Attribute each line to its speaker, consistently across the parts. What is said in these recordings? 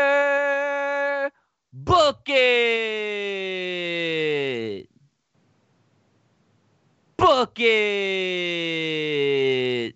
Speaker 1: Mr. Book It! Book It!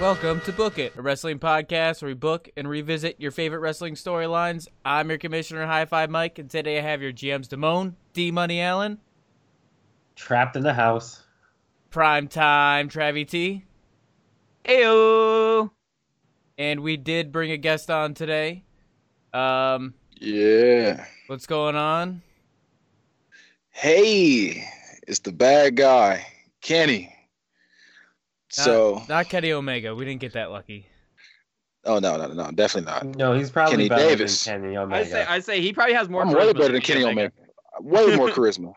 Speaker 2: Welcome to Book It, a wrestling podcast where we book and revisit your favorite wrestling storylines. I'm your commissioner, High Five Mike, and today I have your GMs Damone, D Money Allen,
Speaker 3: Trapped in the house.
Speaker 2: Prime Time Travie T,
Speaker 1: Ayo!
Speaker 2: and we did bring a guest on today. Um,
Speaker 4: Yeah.
Speaker 2: what's going on?
Speaker 4: Hey, it's the bad guy, Kenny.
Speaker 2: Not-
Speaker 4: So,
Speaker 2: not Kenny Omega. We didn't get that lucky.
Speaker 4: oh no, no, no, no, definitely not.
Speaker 3: No, he's probably
Speaker 4: Kenny
Speaker 3: better
Speaker 4: Davis.
Speaker 3: than Kenny Omega.
Speaker 1: I say, I say he probably has more.
Speaker 4: I'm way
Speaker 1: charisma
Speaker 4: better than Kenny Omega. Way more charisma.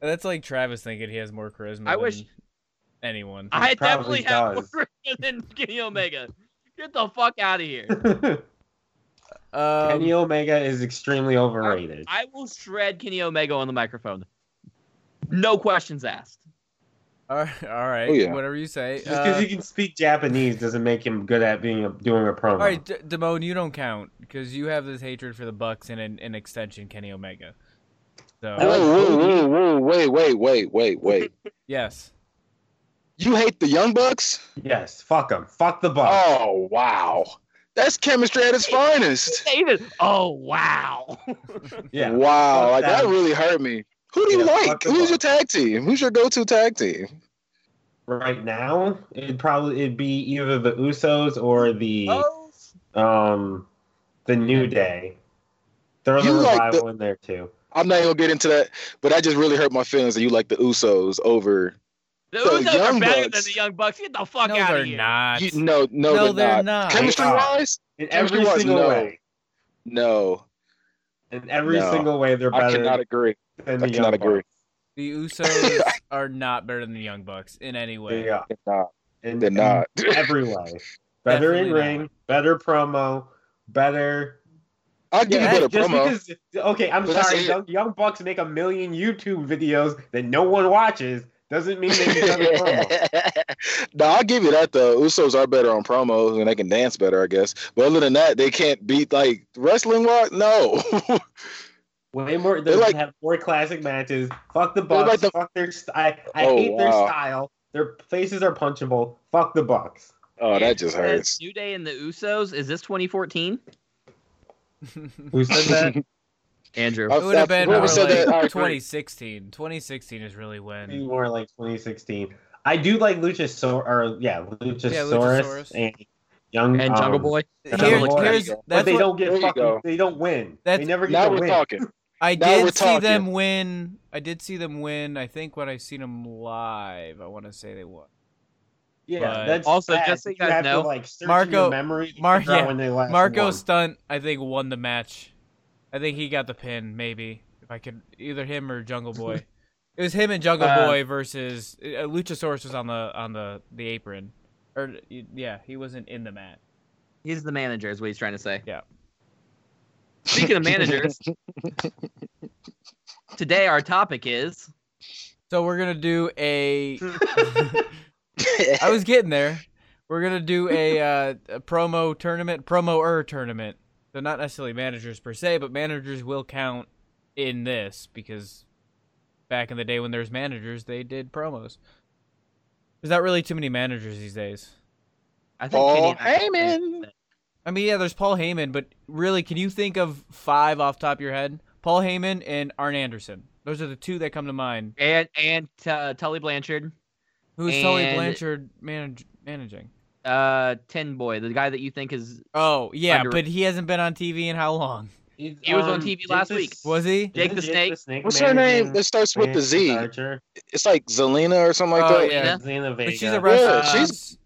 Speaker 2: That's like Travis thinking he has more charisma.
Speaker 1: I
Speaker 2: than
Speaker 1: wish-
Speaker 2: anyone.
Speaker 1: I definitely
Speaker 3: probably
Speaker 1: have more
Speaker 3: does.
Speaker 1: charisma than Kenny Omega. Get the fuck out of here!
Speaker 2: Um,
Speaker 3: Kenny Omega is extremely overrated.
Speaker 1: I will shred Kenny Omega on the microphone. No questions asked.
Speaker 2: all right, all right,
Speaker 4: Oh, yeah.
Speaker 2: whatever you say.
Speaker 3: Just because
Speaker 2: Uh,
Speaker 3: he can speak Japanese doesn't make him good at being a, doing a promo.
Speaker 2: All right, D- Damone, you don't count because you have this hatred for the Bucks and an, an extension Kenny Omega.
Speaker 4: Whoa,
Speaker 2: So
Speaker 3: like
Speaker 4: whoa,
Speaker 3: Cody.
Speaker 4: whoa, whoa, wait, wait, wait, wait, wait.
Speaker 2: yes,
Speaker 4: You hate the Young Bucks?
Speaker 3: Yes, fuck him. Fuck the boss.
Speaker 4: Oh, wow. That's chemistry at its finest.
Speaker 1: David. Oh wow.
Speaker 3: yeah.
Speaker 4: Oh, Wow,
Speaker 3: Fuck
Speaker 4: like that
Speaker 3: them.
Speaker 4: really hurt me. Who do
Speaker 3: Yeah,
Speaker 4: you
Speaker 3: fuck
Speaker 4: like?
Speaker 3: the
Speaker 4: Who's your
Speaker 3: Bucks.
Speaker 4: tag team? Who's your go-to tag team?
Speaker 3: Right now, it'd probably it'd be either the Usos or the
Speaker 1: Oh,
Speaker 3: um the New Day. Throw the
Speaker 4: You like
Speaker 3: revival in there too.
Speaker 4: I'm not even gonna get into that, but that just really hurt my feelings that you like the Usos over
Speaker 1: The
Speaker 4: So,
Speaker 1: Usos are
Speaker 4: Young
Speaker 1: better
Speaker 4: Bucks-
Speaker 1: than the Young Bucks. Get the fuck
Speaker 2: no,
Speaker 1: out
Speaker 2: they're
Speaker 1: of here.
Speaker 2: not.
Speaker 4: You, no, no,
Speaker 2: no,
Speaker 4: they're, not.
Speaker 2: not.
Speaker 4: Chemistry
Speaker 3: They are.
Speaker 4: wise,
Speaker 3: In
Speaker 4: Chemistry
Speaker 3: every
Speaker 4: wise,
Speaker 3: single
Speaker 4: no.
Speaker 3: way.
Speaker 4: no.
Speaker 3: In every
Speaker 4: No.
Speaker 3: single way, they're
Speaker 4: I
Speaker 3: better
Speaker 4: cannot agree.
Speaker 3: than the
Speaker 4: I
Speaker 3: Young
Speaker 4: cannot agree.
Speaker 3: Bucks.
Speaker 2: The Usos are not better than the Young Bucks in any way.
Speaker 3: They are.
Speaker 4: Cannot.
Speaker 3: In,
Speaker 4: They're
Speaker 3: in
Speaker 4: not.
Speaker 3: every way. Better in
Speaker 2: Definitely not.
Speaker 3: ring, better promo, better.
Speaker 4: I'll give
Speaker 3: Yeah,
Speaker 4: you better
Speaker 3: just
Speaker 4: promo.
Speaker 3: Because, okay, I'm
Speaker 4: But that's
Speaker 3: sorry.
Speaker 4: it.
Speaker 3: Young, young Bucks make a million YouTube videos that no one watches. Doesn't mean they can better promo.
Speaker 4: no, I'll give you that though. Usos are better on promos and they can dance better, I guess. But other than that, they can't beat like wrestling wise. No,
Speaker 3: Way more. They
Speaker 4: They're like-
Speaker 3: have more classic matches. Fuck the Bucks.
Speaker 4: like the-
Speaker 3: fuck their. St- I, I
Speaker 4: Oh,
Speaker 3: hate their
Speaker 4: wow.
Speaker 3: style. Their faces are punchable. Fuck the Bucks.
Speaker 4: oh, that
Speaker 1: It
Speaker 4: just
Speaker 1: says
Speaker 4: hurts.
Speaker 1: New Day and the Usos. Is this 2014?
Speaker 3: Who said that?
Speaker 1: Andrew.
Speaker 4: Oh,
Speaker 2: it would have
Speaker 4: that's-
Speaker 2: been
Speaker 4: whoever
Speaker 2: more
Speaker 4: said that, I
Speaker 2: like
Speaker 4: agree.
Speaker 2: 2016. 2016 is really
Speaker 3: Maybe
Speaker 2: when.
Speaker 3: more like 2016. I do like Luchasaurus. Or yeah, Luchasaurus,
Speaker 2: Luchasaurus.
Speaker 3: and Young
Speaker 1: and Jungle
Speaker 3: um,
Speaker 1: Boy.
Speaker 2: Here-
Speaker 3: Jungle Boy.
Speaker 2: here's,
Speaker 4: But
Speaker 3: But
Speaker 2: that's
Speaker 3: they
Speaker 2: what,
Speaker 3: don't get
Speaker 4: there you
Speaker 3: fucking.
Speaker 4: go.
Speaker 3: They don't win.
Speaker 2: That's-
Speaker 3: they never get
Speaker 4: Now
Speaker 3: to
Speaker 4: we're
Speaker 3: win.
Speaker 4: talking.
Speaker 2: I
Speaker 4: Now we're
Speaker 2: did see them
Speaker 4: talking.
Speaker 2: win. I did see them win. I think when I seen them live, I want to say they won.
Speaker 3: Yeah,
Speaker 2: But-
Speaker 3: that's
Speaker 1: Also,
Speaker 3: bad.
Speaker 1: just so you
Speaker 3: you
Speaker 1: guys
Speaker 3: have
Speaker 1: know,
Speaker 3: to like search in
Speaker 2: Marco-
Speaker 3: your memory to
Speaker 2: Mar-
Speaker 3: figure out
Speaker 2: yeah,
Speaker 3: when they last
Speaker 2: Marco
Speaker 3: won.
Speaker 2: Stunt, I think, won the match. I think he got the pin, maybe. If I could, either him or Jungle Boy. it was him and Jungle
Speaker 1: Uh,
Speaker 2: Boy versus uh, Luchasaurus was on the on the the apron, or yeah, he wasn't in the match.
Speaker 1: He's the manager, is what he's trying to say.
Speaker 2: Yeah.
Speaker 1: Speaking of managers, today our topic is
Speaker 2: So we're gonna do a. I was getting there. We're gonna do a, uh, a promo tournament, promo er tournament. So not necessarily managers per se, but managers will count in this because back in the day when there's managers, they did promos. There's not really too many managers these days.
Speaker 1: I think
Speaker 4: Paul
Speaker 1: Kenny-
Speaker 4: Heyman.
Speaker 2: I mean, yeah, there's Paul Heyman, but really, can you think of five off the top of your head? Paul Heyman and Arn Anderson. Those are the two that come to mind.
Speaker 1: and and uh, Tully Blanchard,
Speaker 2: Who's Tully
Speaker 1: And-
Speaker 2: Blanchard manage- managing?
Speaker 1: uh, Tin Boy, the guy that you think is
Speaker 2: Oh, yeah,
Speaker 1: Under-
Speaker 2: but he hasn't been on TV in how long?
Speaker 3: He's,
Speaker 1: He was on TV
Speaker 3: Jake
Speaker 1: last
Speaker 3: the-
Speaker 1: week.
Speaker 2: Was he?
Speaker 1: Jake the
Speaker 3: Jake
Speaker 1: Snake.
Speaker 4: What's her name? That starts with the Z.
Speaker 3: Archer.
Speaker 4: It's like Zelina or something like
Speaker 2: Oh,
Speaker 4: that.
Speaker 2: yeah.
Speaker 3: Zelina
Speaker 2: But
Speaker 3: Vega.
Speaker 2: she's a
Speaker 4: Yeah,
Speaker 2: wrestler.
Speaker 4: she's-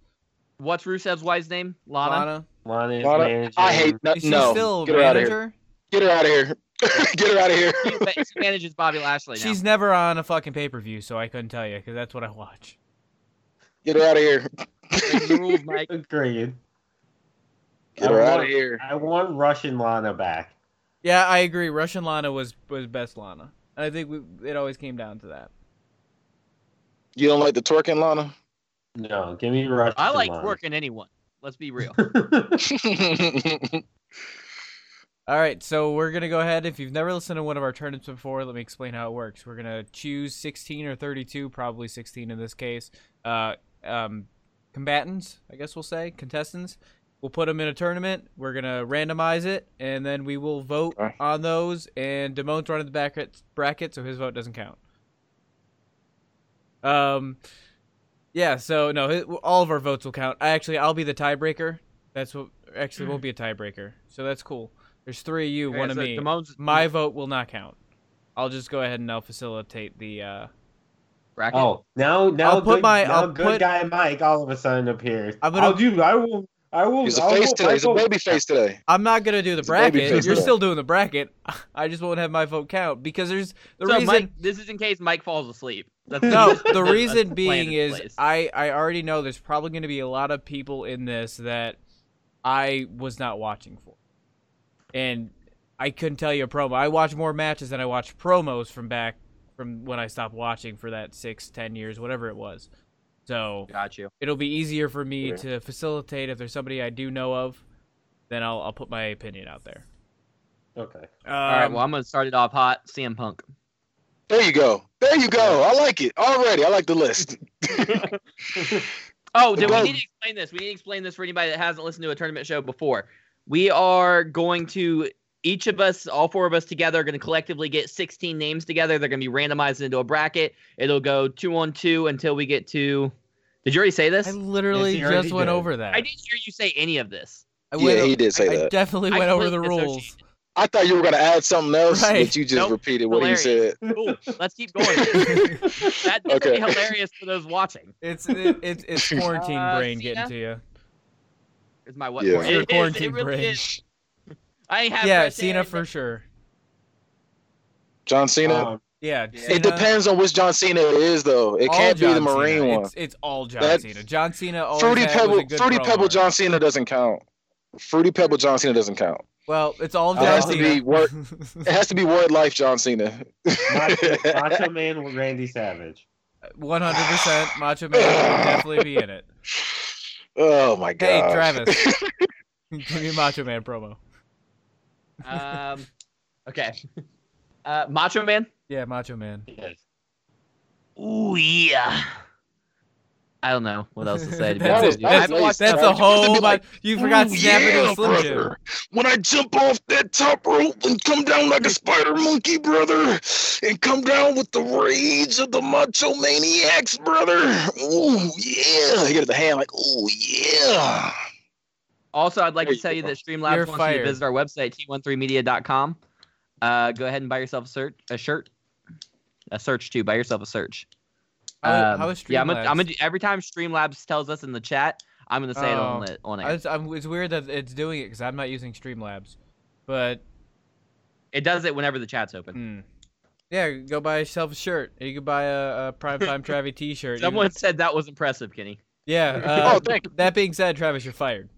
Speaker 1: what's Rusev's wife's name? Lana.
Speaker 2: Lana.
Speaker 3: Lana's
Speaker 4: Lana-
Speaker 3: managing-
Speaker 4: I hate no.
Speaker 2: Is she
Speaker 4: no.
Speaker 2: still a
Speaker 4: Get her out of here.
Speaker 2: manager?
Speaker 4: Get her out of here. Get her out of here.
Speaker 1: She, ma- she manages Bobby Lashley now.
Speaker 2: She's never on a fucking pay per view, so I couldn't tell you because that's what I watch.
Speaker 4: Get her out of here.
Speaker 1: Make the rules, Mike.
Speaker 3: Agreed.
Speaker 4: Get
Speaker 3: I
Speaker 4: her out of
Speaker 3: want-
Speaker 4: here.
Speaker 3: I want Russian Lana back.
Speaker 2: Yeah, I agree. Russian Lana was was best Lana, and I think we, it always came down to that.
Speaker 4: You don't like the twerking, Lana?
Speaker 3: No, give me Russian.
Speaker 1: I like
Speaker 3: Lana.
Speaker 1: working anyone. Let's be real.
Speaker 2: All right, so we're gonna go ahead. If you've never listened to one of our turnips before, let me explain how it works. We're gonna choose 16 or 32, probably 16 in this case. Uh, um, combatants, I guess we'll say contestants. We'll put them in a tournament. We're gonna randomize it, and then we will vote
Speaker 4: Alright.
Speaker 2: on those. And Damone's running the bracket, bracket, so his vote doesn't count. Um, yeah. So no, hi- all of our votes will count. I actually, I'll be the tiebreaker. That's what actually won't be a tiebreaker. So that's cool. There's three of you,
Speaker 1: Okay,
Speaker 2: one of
Speaker 1: so
Speaker 2: me.
Speaker 1: Damone's-
Speaker 2: My vote will not count. I'll just go ahead and I'll facilitate the. Uh,
Speaker 1: bracket.
Speaker 3: oh, now now
Speaker 2: I'll put
Speaker 3: good,
Speaker 2: my-
Speaker 3: now
Speaker 2: I'll
Speaker 3: good
Speaker 2: put-
Speaker 3: guy Mike all of a sudden appears.
Speaker 2: I'm
Speaker 3: I'm
Speaker 2: gonna-
Speaker 3: gonna, I'll do. I will. I will.
Speaker 4: He's a
Speaker 3: I'll
Speaker 4: face
Speaker 3: vote-
Speaker 4: today. He's a
Speaker 3: I vote-
Speaker 4: baby face today.
Speaker 2: I'm not gonna do the
Speaker 4: It's a baby
Speaker 2: bracket.
Speaker 4: face
Speaker 2: You're
Speaker 4: vote.
Speaker 2: still doing the bracket. I just won't have my vote count because there's the
Speaker 1: so
Speaker 2: reason.
Speaker 1: Mike, this is in case Mike falls asleep. That's
Speaker 2: no, the
Speaker 1: that's
Speaker 2: reason
Speaker 1: plan
Speaker 2: being
Speaker 1: in
Speaker 2: is
Speaker 1: place.
Speaker 2: I I already know there's probably going to be a lot of people in this that I was not watching for, and I couldn't tell you a promo. I watch more matches than I watch promos from back from when I stopped watching for that six ten years whatever it was. So
Speaker 1: got you.
Speaker 2: it'll be easier for me
Speaker 4: Yeah.
Speaker 2: to facilitate if there's somebody I do know of, then I'll I'll put my opinion out there.
Speaker 3: Okay.
Speaker 1: All right,
Speaker 2: Um,
Speaker 1: well, I'm gonna start it off hot. CM Punk.
Speaker 4: There you go. There you go. I like it already. I like the list.
Speaker 1: Oh, did we
Speaker 4: Go.
Speaker 1: need to explain this? We need to explain this for anybody that hasn't listened to a tournament show before. We are going to each of us, all four of us together, are going to collectively get 16 names together. They're going to be randomized into a bracket. It'll go two on two until we get to. Did you already say this?
Speaker 2: I
Speaker 1: I,
Speaker 2: literally
Speaker 3: Yes, you
Speaker 2: just
Speaker 3: already
Speaker 2: went
Speaker 3: did.
Speaker 2: over that.
Speaker 1: didn't hear you say any of this.
Speaker 2: I went
Speaker 4: yeah,
Speaker 2: o-
Speaker 4: he did say
Speaker 2: I
Speaker 4: that.
Speaker 2: definitely
Speaker 1: I
Speaker 2: went over
Speaker 1: completely
Speaker 2: the rules.
Speaker 1: dissociated.
Speaker 4: I thought you were gonna add something else,
Speaker 2: Right.
Speaker 4: but you just
Speaker 1: Nope.
Speaker 4: repeated what you
Speaker 1: Hilarious.
Speaker 4: said.
Speaker 1: Cool. Let's keep going. That's gonna
Speaker 4: Okay.
Speaker 1: be hilarious for those watching.
Speaker 2: It's it, it's it's quarantine
Speaker 1: Uh,
Speaker 2: brain
Speaker 1: Cena?
Speaker 2: getting to you.
Speaker 1: Is my what?
Speaker 4: Yeah.
Speaker 1: It
Speaker 2: Your
Speaker 1: is, it
Speaker 2: quarantine
Speaker 1: really
Speaker 2: brain.
Speaker 1: is. I ain't have
Speaker 2: Yeah,
Speaker 1: fresh air,
Speaker 2: Cena
Speaker 1: but
Speaker 2: for sure.
Speaker 4: John Cena.
Speaker 3: Um,
Speaker 2: Yeah,
Speaker 1: It
Speaker 2: Cena,
Speaker 4: it depends on which John Cena it is, though. It
Speaker 2: all
Speaker 4: can't be the
Speaker 2: John Cena.
Speaker 4: Marine
Speaker 2: It's, it's all John
Speaker 4: That-
Speaker 2: Cena. John Cena
Speaker 4: one.
Speaker 2: always
Speaker 4: Fruity
Speaker 2: had, was a
Speaker 4: Pebble.
Speaker 2: good
Speaker 4: Fruity
Speaker 2: promo
Speaker 4: Pebble
Speaker 2: artist.
Speaker 4: John Cena doesn't count. Fruity Pebble John Cena doesn't count.
Speaker 2: Well, it's all of
Speaker 4: It
Speaker 2: John
Speaker 4: has to
Speaker 2: Cena.
Speaker 4: be work. It has to be word life John Cena.
Speaker 3: Macho, Macho Man with Randy Savage.
Speaker 2: One hundred percent. Macho Man will definitely be in it.
Speaker 4: oh my god.
Speaker 2: Hey, Travis, give me a Macho Man promo.
Speaker 1: Um, okay. Uh, Macho Man.
Speaker 2: Yeah, Macho Man.
Speaker 3: Yes.
Speaker 1: Ooh yeah. I don't know what else to say. To be
Speaker 2: That's
Speaker 1: honest with
Speaker 2: it.
Speaker 1: you. I
Speaker 2: That's,
Speaker 1: haven't watched
Speaker 4: that.
Speaker 2: that's a
Speaker 4: You're supposed
Speaker 2: whole.
Speaker 4: to be like,
Speaker 2: Like, you forgot
Speaker 4: Ooh,
Speaker 2: Snap into
Speaker 4: yeah,
Speaker 2: Slim Jim.
Speaker 4: brother. When I jump off that top rope and come down like a spider monkey, brother, and come down with the rage of the macho maniacs, brother. Ooh, yeah. You get the hand like, ooh, yeah.
Speaker 1: Also, I'd like
Speaker 4: There
Speaker 1: to
Speaker 4: you
Speaker 1: tell you
Speaker 4: go.
Speaker 1: that Streamlabs
Speaker 2: You're
Speaker 1: wants you
Speaker 2: fired.
Speaker 1: to visit our website, t13media.com. Uh, go ahead and buy yourself a, search, a shirt. A search, too. Buy yourself a search.
Speaker 2: How-
Speaker 1: Um,
Speaker 2: how is
Speaker 1: Yeah, I'm gonna,
Speaker 2: Streamlabs?
Speaker 1: I'm gonna do, every time Streamlabs tells us in the chat, I'm going to say it on,
Speaker 2: Oh.
Speaker 1: the, on
Speaker 2: I
Speaker 1: air.
Speaker 2: was, I'm, it's weird that it's doing it because I'm not using Streamlabs, but
Speaker 1: It does it whenever the chat's open.
Speaker 2: mm. yeah, go buy yourself a shirt. You could buy a, a primetime Travi T-shirt. You-
Speaker 1: Someone said that was impressive, Kenny.
Speaker 2: yeah. Uh,
Speaker 4: oh, thank you.
Speaker 2: that being said, Travis, you're fired.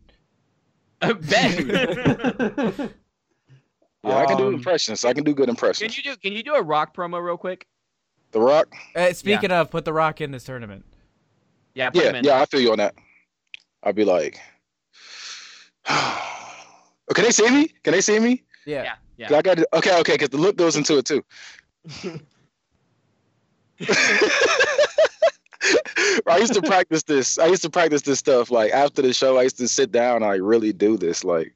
Speaker 1: ben,
Speaker 4: Yeah, I can do
Speaker 2: Um,
Speaker 4: impressions. I can do good
Speaker 1: can
Speaker 4: impressions.
Speaker 1: you do can you do a rock promo real quick?
Speaker 4: the Rock.
Speaker 2: Uh, speaking of, put the Rock in this tournament.
Speaker 1: Yeah, put him
Speaker 4: Yeah,
Speaker 1: in.
Speaker 4: yeah, I feel you on that. I'd be like, can they see me? Can they see me?
Speaker 2: Yeah.
Speaker 1: yeah, yeah.
Speaker 4: 'Cause I got to, okay, okay, because the look goes into it too. I used to practice this. I used to practice this stuff. Like after the show, I used to sit down. and I really do this. Like,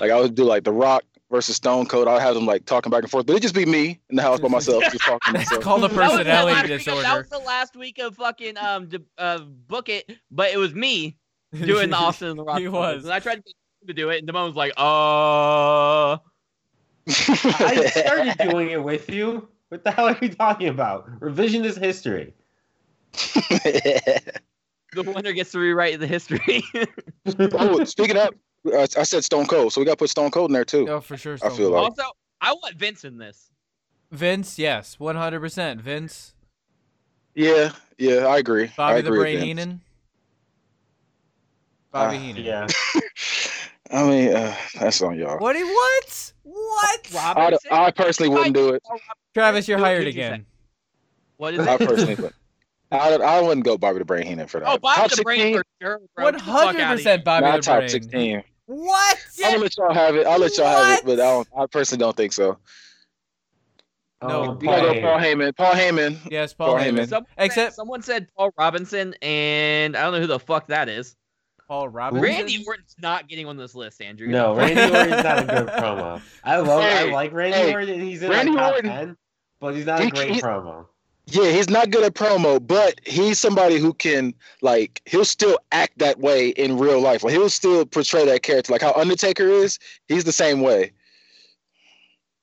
Speaker 4: like I would do like The Rock versus Stone Cold. I'd have them like talking back and forth, but it'd just be me in the house by myself, just talking to
Speaker 2: It's
Speaker 4: myself.
Speaker 2: called a
Speaker 1: That was the last
Speaker 2: personality
Speaker 1: week of- That was
Speaker 2: disorder.
Speaker 1: the last week of fucking um de- uh, book it, but it was me doing the Austin and the Rock.
Speaker 2: He
Speaker 1: promo.
Speaker 2: was.
Speaker 1: And I tried to get him to do it, and Damone was like, "Uh."
Speaker 3: I started doing it with you. What the hell are you talking about? Revisionist history.
Speaker 1: The winner gets to rewrite the history.
Speaker 4: oh, speaking of, I, I said Stone Cold, so we got to put Stone Cold in there too.
Speaker 2: Oh, for sure.
Speaker 4: I
Speaker 2: Stone
Speaker 4: feel
Speaker 2: Cold.
Speaker 4: like-
Speaker 1: also, I want Vince in this.
Speaker 2: Vince, yes, 100%. Vince,
Speaker 4: Yeah, yeah, I agree. I
Speaker 2: Bobby the
Speaker 4: agree with
Speaker 2: Brain
Speaker 4: Vince.
Speaker 2: Heenan. Bobby
Speaker 4: Uh,
Speaker 2: Heenan.
Speaker 3: Yeah.
Speaker 4: I mean, uh, that's on y'all.
Speaker 2: What? he- What? What?
Speaker 1: Rob-
Speaker 4: I, I personally wouldn't do it.
Speaker 2: Travis, you're
Speaker 1: Who
Speaker 2: hired
Speaker 1: did you
Speaker 2: again.
Speaker 1: What is
Speaker 4: I
Speaker 1: it?
Speaker 4: personally would. I, I wouldn't go Bobby the Brain Heenan for that.
Speaker 1: Oh, Bob
Speaker 4: Top
Speaker 1: the brain
Speaker 4: 16?
Speaker 1: for sure. bro.
Speaker 2: One
Speaker 1: Get the fuck
Speaker 2: hundred
Speaker 1: outta here.
Speaker 2: percent Bobby
Speaker 4: Not
Speaker 2: the
Speaker 4: top
Speaker 2: Brain.
Speaker 4: 16.
Speaker 2: What?
Speaker 4: I'm gonna let y'all have it. I'll let y'all have it,
Speaker 2: What?
Speaker 4: but I, don't, I personally don't think so.
Speaker 2: No,
Speaker 3: Oh,
Speaker 4: You gotta go
Speaker 3: boy.
Speaker 4: Paul Heyman. Paul Heyman.
Speaker 2: Yes, Paul
Speaker 4: Paul
Speaker 2: Heyman.
Speaker 4: Heyman.
Speaker 1: Someone Except
Speaker 2: Except-
Speaker 1: said, someone said Paul Robinson, and I don't know who the fuck that is.
Speaker 2: Paul Robinson.
Speaker 1: Randy Orton's not getting on this list, Andrew.
Speaker 3: No, Randy Orton's not a good promo. I love, I
Speaker 4: Hey,
Speaker 3: like Randy
Speaker 4: hey,
Speaker 3: Orton. He's in
Speaker 4: Randy
Speaker 3: the top
Speaker 4: Orton-
Speaker 3: ten, but he's not a
Speaker 4: He-
Speaker 3: great
Speaker 4: he-
Speaker 3: promo.
Speaker 4: Yeah, he's not good at promo, but he's somebody who can like he'll still act that way in real life. Like he'll still portray that character. Like how Undertaker is, he's the same way.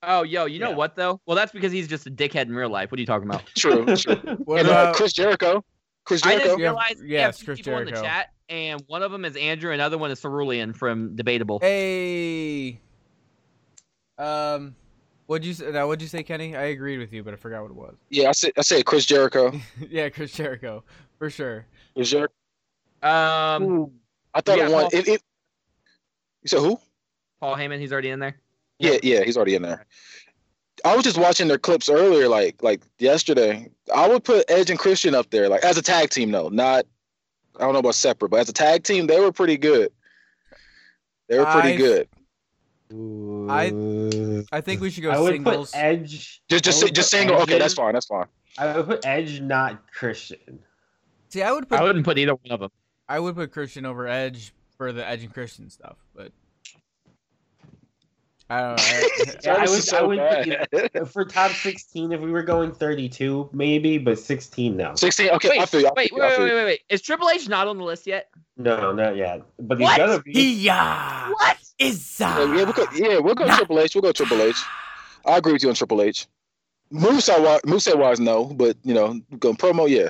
Speaker 1: Oh, yo, you know
Speaker 3: Yeah.
Speaker 1: what though? Well, that's because he's just a dickhead in real life. What are you talking about?
Speaker 4: True. true.
Speaker 2: What
Speaker 4: and uh,
Speaker 2: about
Speaker 4: Chris Jericho. Chris
Speaker 1: I just
Speaker 4: Jericho.
Speaker 2: Yeah,
Speaker 1: realized we have
Speaker 2: yes,
Speaker 1: two
Speaker 2: Chris
Speaker 1: people in the
Speaker 2: Jericho.
Speaker 1: chat, and one of them is Andrew, another one is Cerulean from Debatable.
Speaker 2: a? Um, what'd you say? Now, what'd you say, Kenny? I agreed with you, but I forgot what it was.
Speaker 4: Yeah, I said I said Chris Jericho.
Speaker 2: yeah, Chris Jericho for sure.
Speaker 4: Chris Jericho.
Speaker 1: Um,
Speaker 4: I thought
Speaker 1: Yeah,
Speaker 4: it won.
Speaker 1: Paul-
Speaker 4: It, it, you said who?
Speaker 1: Paul Heyman, he's already in there.
Speaker 4: Yeah, yeah, he's already in there. I was just watching their clips earlier, like like yesterday. I would put Edge and Christian up there, like as a tag team, though. Not I don't know about separate, but as a tag team, they were pretty good. They were pretty
Speaker 2: I-
Speaker 4: good.
Speaker 2: I think we should go
Speaker 3: I would
Speaker 2: singles.
Speaker 3: put Edge.
Speaker 4: Just just
Speaker 3: I
Speaker 4: si-
Speaker 3: would
Speaker 4: just
Speaker 3: put
Speaker 4: single.
Speaker 3: Edge
Speaker 4: Okay, that's
Speaker 3: in-
Speaker 4: fine. That's fine.
Speaker 3: I would put Edge, not Christian.
Speaker 2: See, I would put
Speaker 1: I wouldn't put either one of them.
Speaker 2: I would put Christian over Edge for the Edge and Christian stuff, but I don't know. I-
Speaker 3: Yeah, I
Speaker 4: This is
Speaker 3: would- I would
Speaker 4: bad.
Speaker 3: For top sixteen, if we were going thirty-two, maybe, but sixteen, no,
Speaker 4: Sixteen. Okay,
Speaker 1: Wait,
Speaker 4: I feel you. I
Speaker 1: Wait,
Speaker 4: feel
Speaker 1: wait,
Speaker 4: you, I
Speaker 1: wait,
Speaker 4: feel you.
Speaker 1: wait, wait, wait. Is Triple H not on the list yet?
Speaker 3: no, not yet. But he's
Speaker 1: What?
Speaker 3: gonna be.
Speaker 2: Yee-yah!
Speaker 1: What?
Speaker 2: Izza!
Speaker 4: Yeah, we'll go, yeah, we'll go
Speaker 2: Nah.
Speaker 4: Triple H. We'll go Triple H. I agree with you on Triple H. Moveset wise, moveset wise, no, but you know, go promo, yeah.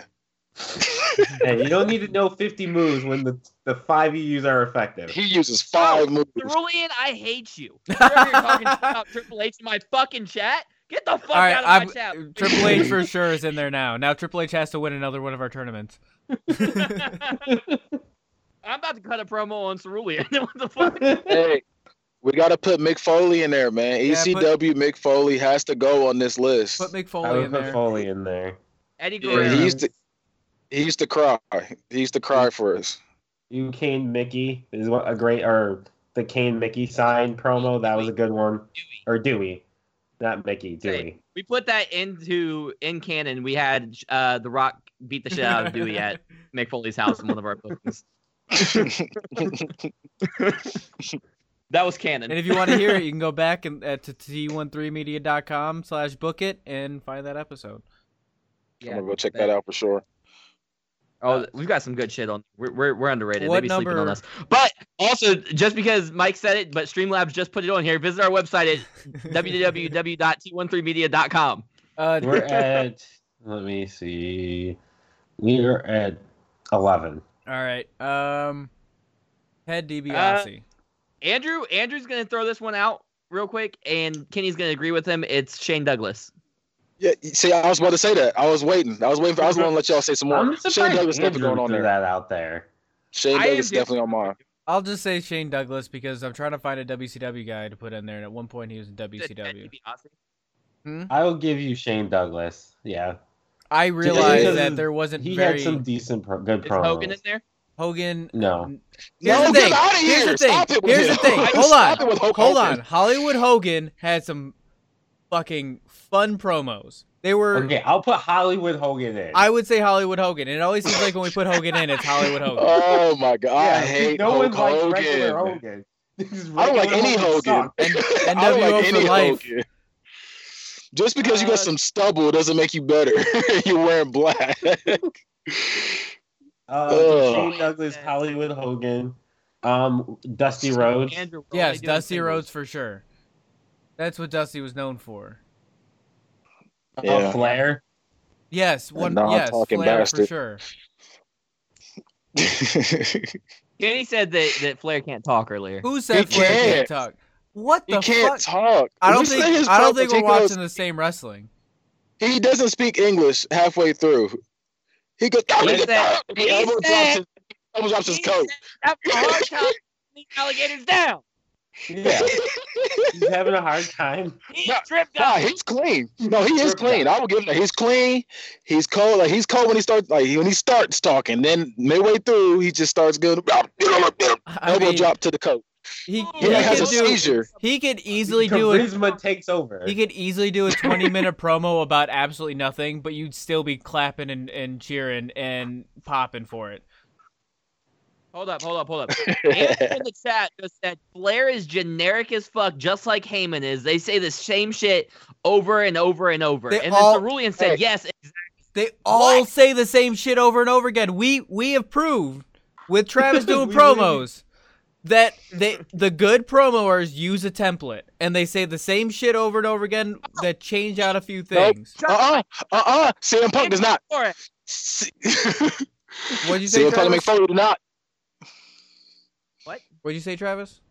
Speaker 3: Hey, you don't need to know fifty moves when the the five you use are effective.
Speaker 4: He uses five moves.
Speaker 1: Cerulean, I hate you. You're over here talking shit about Triple H in my fucking chat. Get the fuck
Speaker 2: All right,
Speaker 1: out of
Speaker 2: I'm,
Speaker 1: my chat.
Speaker 2: Uh, Triple H for sure is in there now. Now Triple H has to win another one of our tournaments.
Speaker 1: I'm about to cut a promo on Cerulean. what the fuck?
Speaker 4: hey, we gotta put Mick Foley in there, man.
Speaker 2: Yeah, put-
Speaker 4: ECW Mick Foley has to go on this list.
Speaker 2: Put Mick
Speaker 3: I
Speaker 2: Foley
Speaker 3: would
Speaker 2: in
Speaker 3: put
Speaker 2: there.
Speaker 3: Foley in there.
Speaker 1: Eddie
Speaker 4: Yeah,
Speaker 1: Guerrero.
Speaker 4: he used to he used to cry. He used to cry for us.
Speaker 3: You Kane Mickey is what a great or the Kane Mickey sign promo. That was a good one.
Speaker 1: Dewey.
Speaker 3: Or Dewey, not Mickey. Dewey.
Speaker 1: We put that into in canon. We had uh, The Rock beat the shit out of Dewey at Mick Foley's house in one of our bookings. That was canon.
Speaker 2: And if you want to hear it, you can go back and uh, to t13media.com slash book it and find that episode.
Speaker 4: I'm gonna go check that out for sure.
Speaker 1: Oh, we've got some good shit on. We're we're, we're underrated. they
Speaker 2: What
Speaker 1: be sleeping on
Speaker 2: number-
Speaker 1: us. But also, just because Mike said it, but Streamlabs just put it on here. Visit our website at www.t13media.com.
Speaker 2: Uh,
Speaker 3: We're at. let me see. We're at eleven.
Speaker 2: all right. Um, Ted DiBiase.
Speaker 1: Andrew Andrew's gonna throw this one out real quick, and Kenny's gonna agree with him. It's Shane Douglas.
Speaker 4: Yeah, see, I was about to say that. I was waiting. I was waiting for. I was gonna let y'all say some
Speaker 3: I'm
Speaker 4: more. Shane
Speaker 3: surprised
Speaker 4: Douglas
Speaker 3: Andrew
Speaker 4: definitely going on
Speaker 3: threw
Speaker 4: there.
Speaker 3: that out there.
Speaker 4: Shane
Speaker 1: I am
Speaker 4: Douglas
Speaker 1: too.
Speaker 4: definitely on mine.
Speaker 2: I'll just say Shane Douglas because I'm trying to find a WCW guy to put in there, and at one point he was in WCW.
Speaker 3: I will give you Shane Douglas. Yeah,
Speaker 2: I
Speaker 3: because
Speaker 2: realized that there wasn't
Speaker 3: he
Speaker 2: very
Speaker 3: had some decent, pro- good
Speaker 1: Is Hogan in
Speaker 3: promos.
Speaker 1: there?
Speaker 2: Hogan.
Speaker 3: No,
Speaker 2: Here's
Speaker 4: no,
Speaker 2: the
Speaker 4: get
Speaker 2: thing.
Speaker 4: out of here.
Speaker 2: Here's the thing.
Speaker 4: Stop it with
Speaker 2: Here's the
Speaker 4: him.
Speaker 2: thing.
Speaker 4: Stop
Speaker 2: Hold on.
Speaker 4: it with Hulk
Speaker 2: Hold on.
Speaker 4: Hogan.
Speaker 2: Hollywood Hogan had some fucking fun promos. They were.
Speaker 3: okay, I'll put Hollywood Hogan in.
Speaker 2: I would say Hollywood Hogan, and it always seems like when we put Hogan in, it's Hollywood Hogan.
Speaker 4: Oh my god,
Speaker 3: Yeah,
Speaker 4: I hate
Speaker 3: no
Speaker 4: Hulk
Speaker 3: one
Speaker 4: Hogan.
Speaker 3: likes regular
Speaker 2: Oh,
Speaker 3: Hogan.
Speaker 4: I don't like any Hogan.
Speaker 3: sucked.
Speaker 2: And- and
Speaker 4: I don't
Speaker 2: NWO for life.
Speaker 4: Hogan. Just because you
Speaker 1: Uh,
Speaker 4: got some stubble doesn't make you better. You're wearing black.
Speaker 3: Uh,
Speaker 4: Ugh.
Speaker 3: Shane Douglas, Hollywood Hogan, um, Dusty Rhodes.
Speaker 1: Andrew, we're only
Speaker 2: Yes,
Speaker 1: doing
Speaker 2: Dusty
Speaker 1: singles.
Speaker 2: Rhodes for sure. That's what Dusty was known for.
Speaker 3: Uh,
Speaker 4: Yeah.
Speaker 3: Flair.
Speaker 2: Yes, one. yes,
Speaker 4: non-talking
Speaker 2: Flair for
Speaker 4: bastard.
Speaker 2: sure.
Speaker 4: he
Speaker 1: Kenny said that, that Flair can't talk earlier.
Speaker 2: Who said
Speaker 4: He
Speaker 2: Flair can't
Speaker 4: can't.
Speaker 2: talk? What the fuck?
Speaker 4: can't talk.
Speaker 2: I don't
Speaker 4: Listen to
Speaker 2: think
Speaker 4: his
Speaker 2: I don't
Speaker 4: promos.
Speaker 2: think
Speaker 4: He
Speaker 2: we're
Speaker 4: goes-
Speaker 2: watching the same wrestling.
Speaker 4: He doesn't speak English halfway through. He goes.
Speaker 1: He said-
Speaker 4: He
Speaker 1: he
Speaker 4: elbow drops
Speaker 1: said-
Speaker 4: his- Double drops his coat.
Speaker 1: That's a hard time. These alligators down.
Speaker 3: Yeah, he's having a hard time.
Speaker 1: He's
Speaker 4: No,
Speaker 1: tripped
Speaker 4: Nah,
Speaker 1: up.
Speaker 4: he's clean. No, he is clean. I will give him that. He's clean. He's cold. Like he's cold when he starts. Like when he starts talking. Then midway through, he just starts going. "Ah, get over here."
Speaker 2: I
Speaker 4: Elbow
Speaker 2: mean,
Speaker 4: drop to the coat.
Speaker 2: He,
Speaker 1: He
Speaker 4: He
Speaker 2: he,
Speaker 4: has a
Speaker 2: could do,
Speaker 4: seizure.
Speaker 2: he could easily do a
Speaker 3: Charisma takes over.
Speaker 2: he could easily do a twenty minute promo about absolutely nothing, but you'd still be clapping and, and cheering and popping for it.
Speaker 1: Hold up, hold up, hold up. Andrew in the chat just said Flair is generic as fuck, just like Heyman is. They say the same shit over and over and over.
Speaker 2: They
Speaker 1: and
Speaker 2: all-
Speaker 1: then Cerulean said,
Speaker 4: Hey.
Speaker 1: yes, exactly.
Speaker 2: They all
Speaker 1: What?
Speaker 2: say the same shit over and over again. We we have proved with Travis doing
Speaker 3: We
Speaker 2: promos that they the good promoters use a template and they say the same shit over and over again that change out a few
Speaker 4: Nope.
Speaker 2: things.
Speaker 4: Uh uh-uh, uh. CM Punk does not.
Speaker 1: for it.
Speaker 4: C-
Speaker 2: What'd you say,
Speaker 4: CM Punk
Speaker 2: Travis?
Speaker 4: and McFoley do not.
Speaker 2: What'd you say, Travis?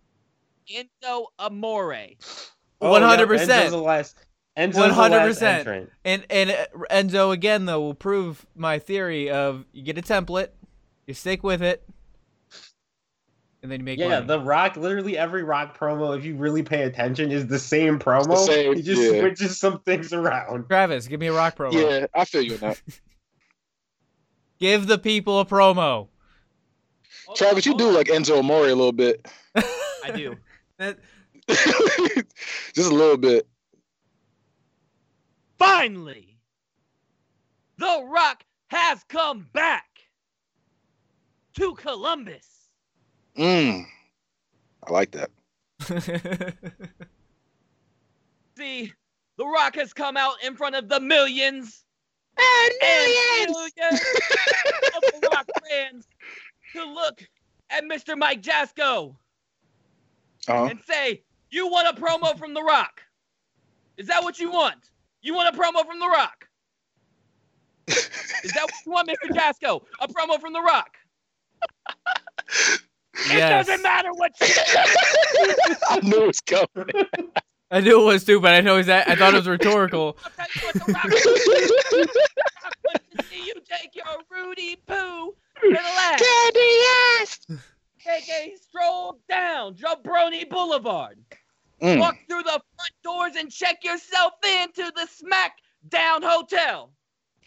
Speaker 1: Enzo Amore.
Speaker 3: Oh,
Speaker 2: One
Speaker 3: yeah,
Speaker 2: hundred percent.
Speaker 3: Enzo's the last. Enzo's the last
Speaker 2: 100%.
Speaker 3: entrant.
Speaker 2: And and uh, Enzo again though will prove my theory of you get a template, you stick with it, and then you make
Speaker 3: Yeah,
Speaker 2: money.
Speaker 3: the Rock. Literally every Rock promo, if you really pay attention, is the same promo.
Speaker 4: same,
Speaker 3: he just
Speaker 4: yeah.
Speaker 3: switches some things around.
Speaker 2: Travis, give me a rock promo.
Speaker 4: Yeah, I feel you on that.
Speaker 2: Give the people a promo.
Speaker 1: Hold
Speaker 4: Travis,
Speaker 1: on,
Speaker 4: you do
Speaker 1: hold
Speaker 4: like Enzo Amore a little bit.
Speaker 1: on. I do.
Speaker 2: That-
Speaker 4: just a little bit.
Speaker 1: Finally, The Rock has come back to Columbus.
Speaker 4: Mm. I like that.
Speaker 1: See, The Rock has come out in front of the millions and
Speaker 4: Millions.
Speaker 1: millions of The Rock fans to look at Mr. Mike Jasko
Speaker 4: Uh-huh.
Speaker 1: and say, You want a promo from The Rock? Is that what you want? You want a promo from The Rock? Is that what you want, Mr. Jasko? A promo from The Rock?
Speaker 2: Yes.
Speaker 1: It doesn't matter what you
Speaker 4: I knew it was coming.
Speaker 2: I knew it was too, but I know that I thought it was rhetorical.
Speaker 1: I'll tell you what, The Rock wants to see you take your Rudy Poo to the left. Take a stroll down Jabroni Boulevard.
Speaker 4: Mm.
Speaker 1: Walk through the front doors and check yourself in to the SmackDown Hotel.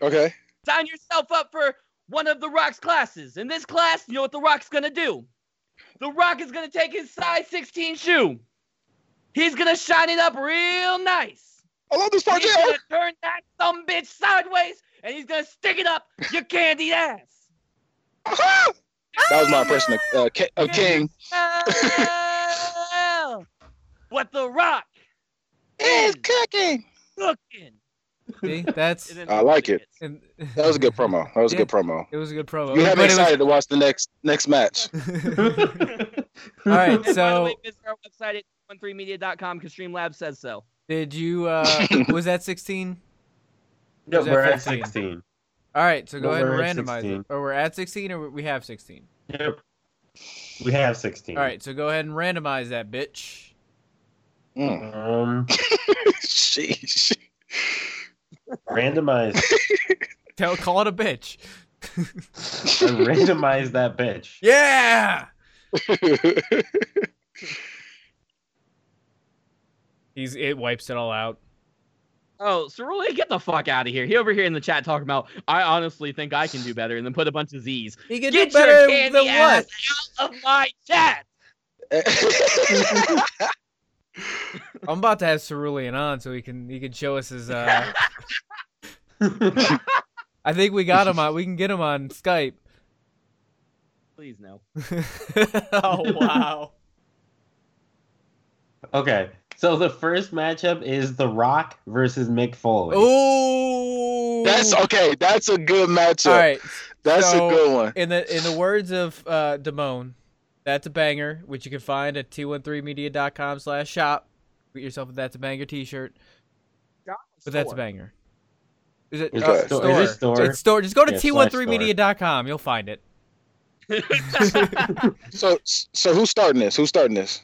Speaker 4: Okay.
Speaker 1: Sign yourself up for one of The Rock's classes. In this class, you know what The Rock's going to do. The Rock is going to take his size 16 shoe. He's going to shine it up real nice.
Speaker 4: I love this part,
Speaker 1: He's
Speaker 4: JR.
Speaker 1: gonna turn that thumb bitch sideways and he's gonna stick it up your candied ass.
Speaker 4: That was my impression of, uh, K- of King.
Speaker 1: Well, Oh. what the rock
Speaker 4: Is cooking.
Speaker 1: cooking.
Speaker 2: See, that's
Speaker 1: And then
Speaker 4: I like it.
Speaker 2: and,
Speaker 4: That was a good promo. That was a good promo.
Speaker 2: It was a good promo.
Speaker 4: You have
Speaker 2: But it
Speaker 4: me
Speaker 2: was-
Speaker 4: excited to watch the next next match.
Speaker 2: All right.
Speaker 1: And by the
Speaker 2: So-
Speaker 1: way, visit our website at 13media.com because Streamlabs says so.
Speaker 2: Did you? uh Was that sixteen?
Speaker 3: No,
Speaker 2: Was that
Speaker 3: we're at
Speaker 2: 15?
Speaker 3: 16.
Speaker 2: All right. So go
Speaker 3: No,
Speaker 2: ahead
Speaker 3: we're
Speaker 2: and
Speaker 3: at
Speaker 2: randomize
Speaker 3: 16.
Speaker 2: it. Or we're at sixteen, or we have sixteen.
Speaker 3: Yep. We have 16.
Speaker 2: All right. So go ahead and randomize that bitch.
Speaker 4: Mm.
Speaker 3: Um,
Speaker 4: Sheesh.
Speaker 3: randomize.
Speaker 2: Tell, call it a bitch.
Speaker 3: I randomize that bitch.
Speaker 2: Yeah. He's it wipes it all out.
Speaker 1: Oh, Cerulean, get the fuck out of here. He over here in the chat talking about, I honestly think I can do better, and then put a bunch of Z's.
Speaker 2: He can
Speaker 1: Get
Speaker 2: do better
Speaker 1: your candy
Speaker 2: than
Speaker 1: ass
Speaker 2: what?
Speaker 1: out of my chat.
Speaker 2: I'm about to have Cerulean on, so he can he can show us his. uh I think we got him on. We can get him on Skype.
Speaker 1: Please no.
Speaker 2: oh wow!
Speaker 3: okay. So the first matchup is The Rock versus Mick Foley.
Speaker 2: Ooh,
Speaker 4: that's okay. That's a good matchup.
Speaker 2: all right.
Speaker 4: That's
Speaker 2: so-
Speaker 4: a good one.
Speaker 2: In the in the words of uh, Damone, that's a banger, which you can find at t13media.com slash shop. Get yourself a that's a banger T-shirt, but that's a banger. Is it,
Speaker 3: Is
Speaker 2: uh,
Speaker 4: it
Speaker 3: store- is it store?
Speaker 2: It's store. Just go to
Speaker 3: Yeah, slash
Speaker 2: t13media.com. You'll find it.
Speaker 4: So so who's starting this? Who's starting this?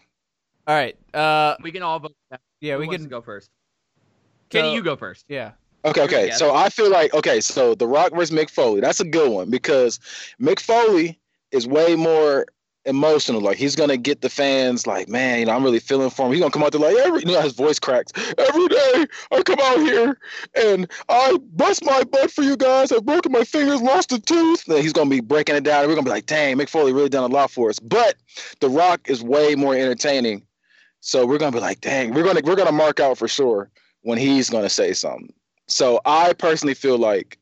Speaker 2: All right. Uh,
Speaker 1: we can all vote.
Speaker 2: yeah,
Speaker 1: Who
Speaker 2: we
Speaker 1: wants
Speaker 2: can.
Speaker 1: to go first. Katie,
Speaker 2: so-
Speaker 1: you go first.
Speaker 2: Yeah.
Speaker 4: Okay,
Speaker 1: Here's
Speaker 4: okay.
Speaker 1: the
Speaker 4: So I feel like okay, so The Rock versus Mick Foley. That's a good one because Mick Foley is way more emotional. Like he's gonna get the fans like, man, you know, I'm really feeling for him. He's gonna come out there like every you know, his voice cracks. Every day I come out here and I bust my butt for you guys. I've broken my fingers, lost a tooth. Then he's gonna be breaking it down. We're gonna be like, dang, Mick Foley really done a lot for us. But The Rock is way more entertaining. So we're gonna be like, dang, we're gonna we're gonna mark out for sure when he's gonna say something. So I personally feel like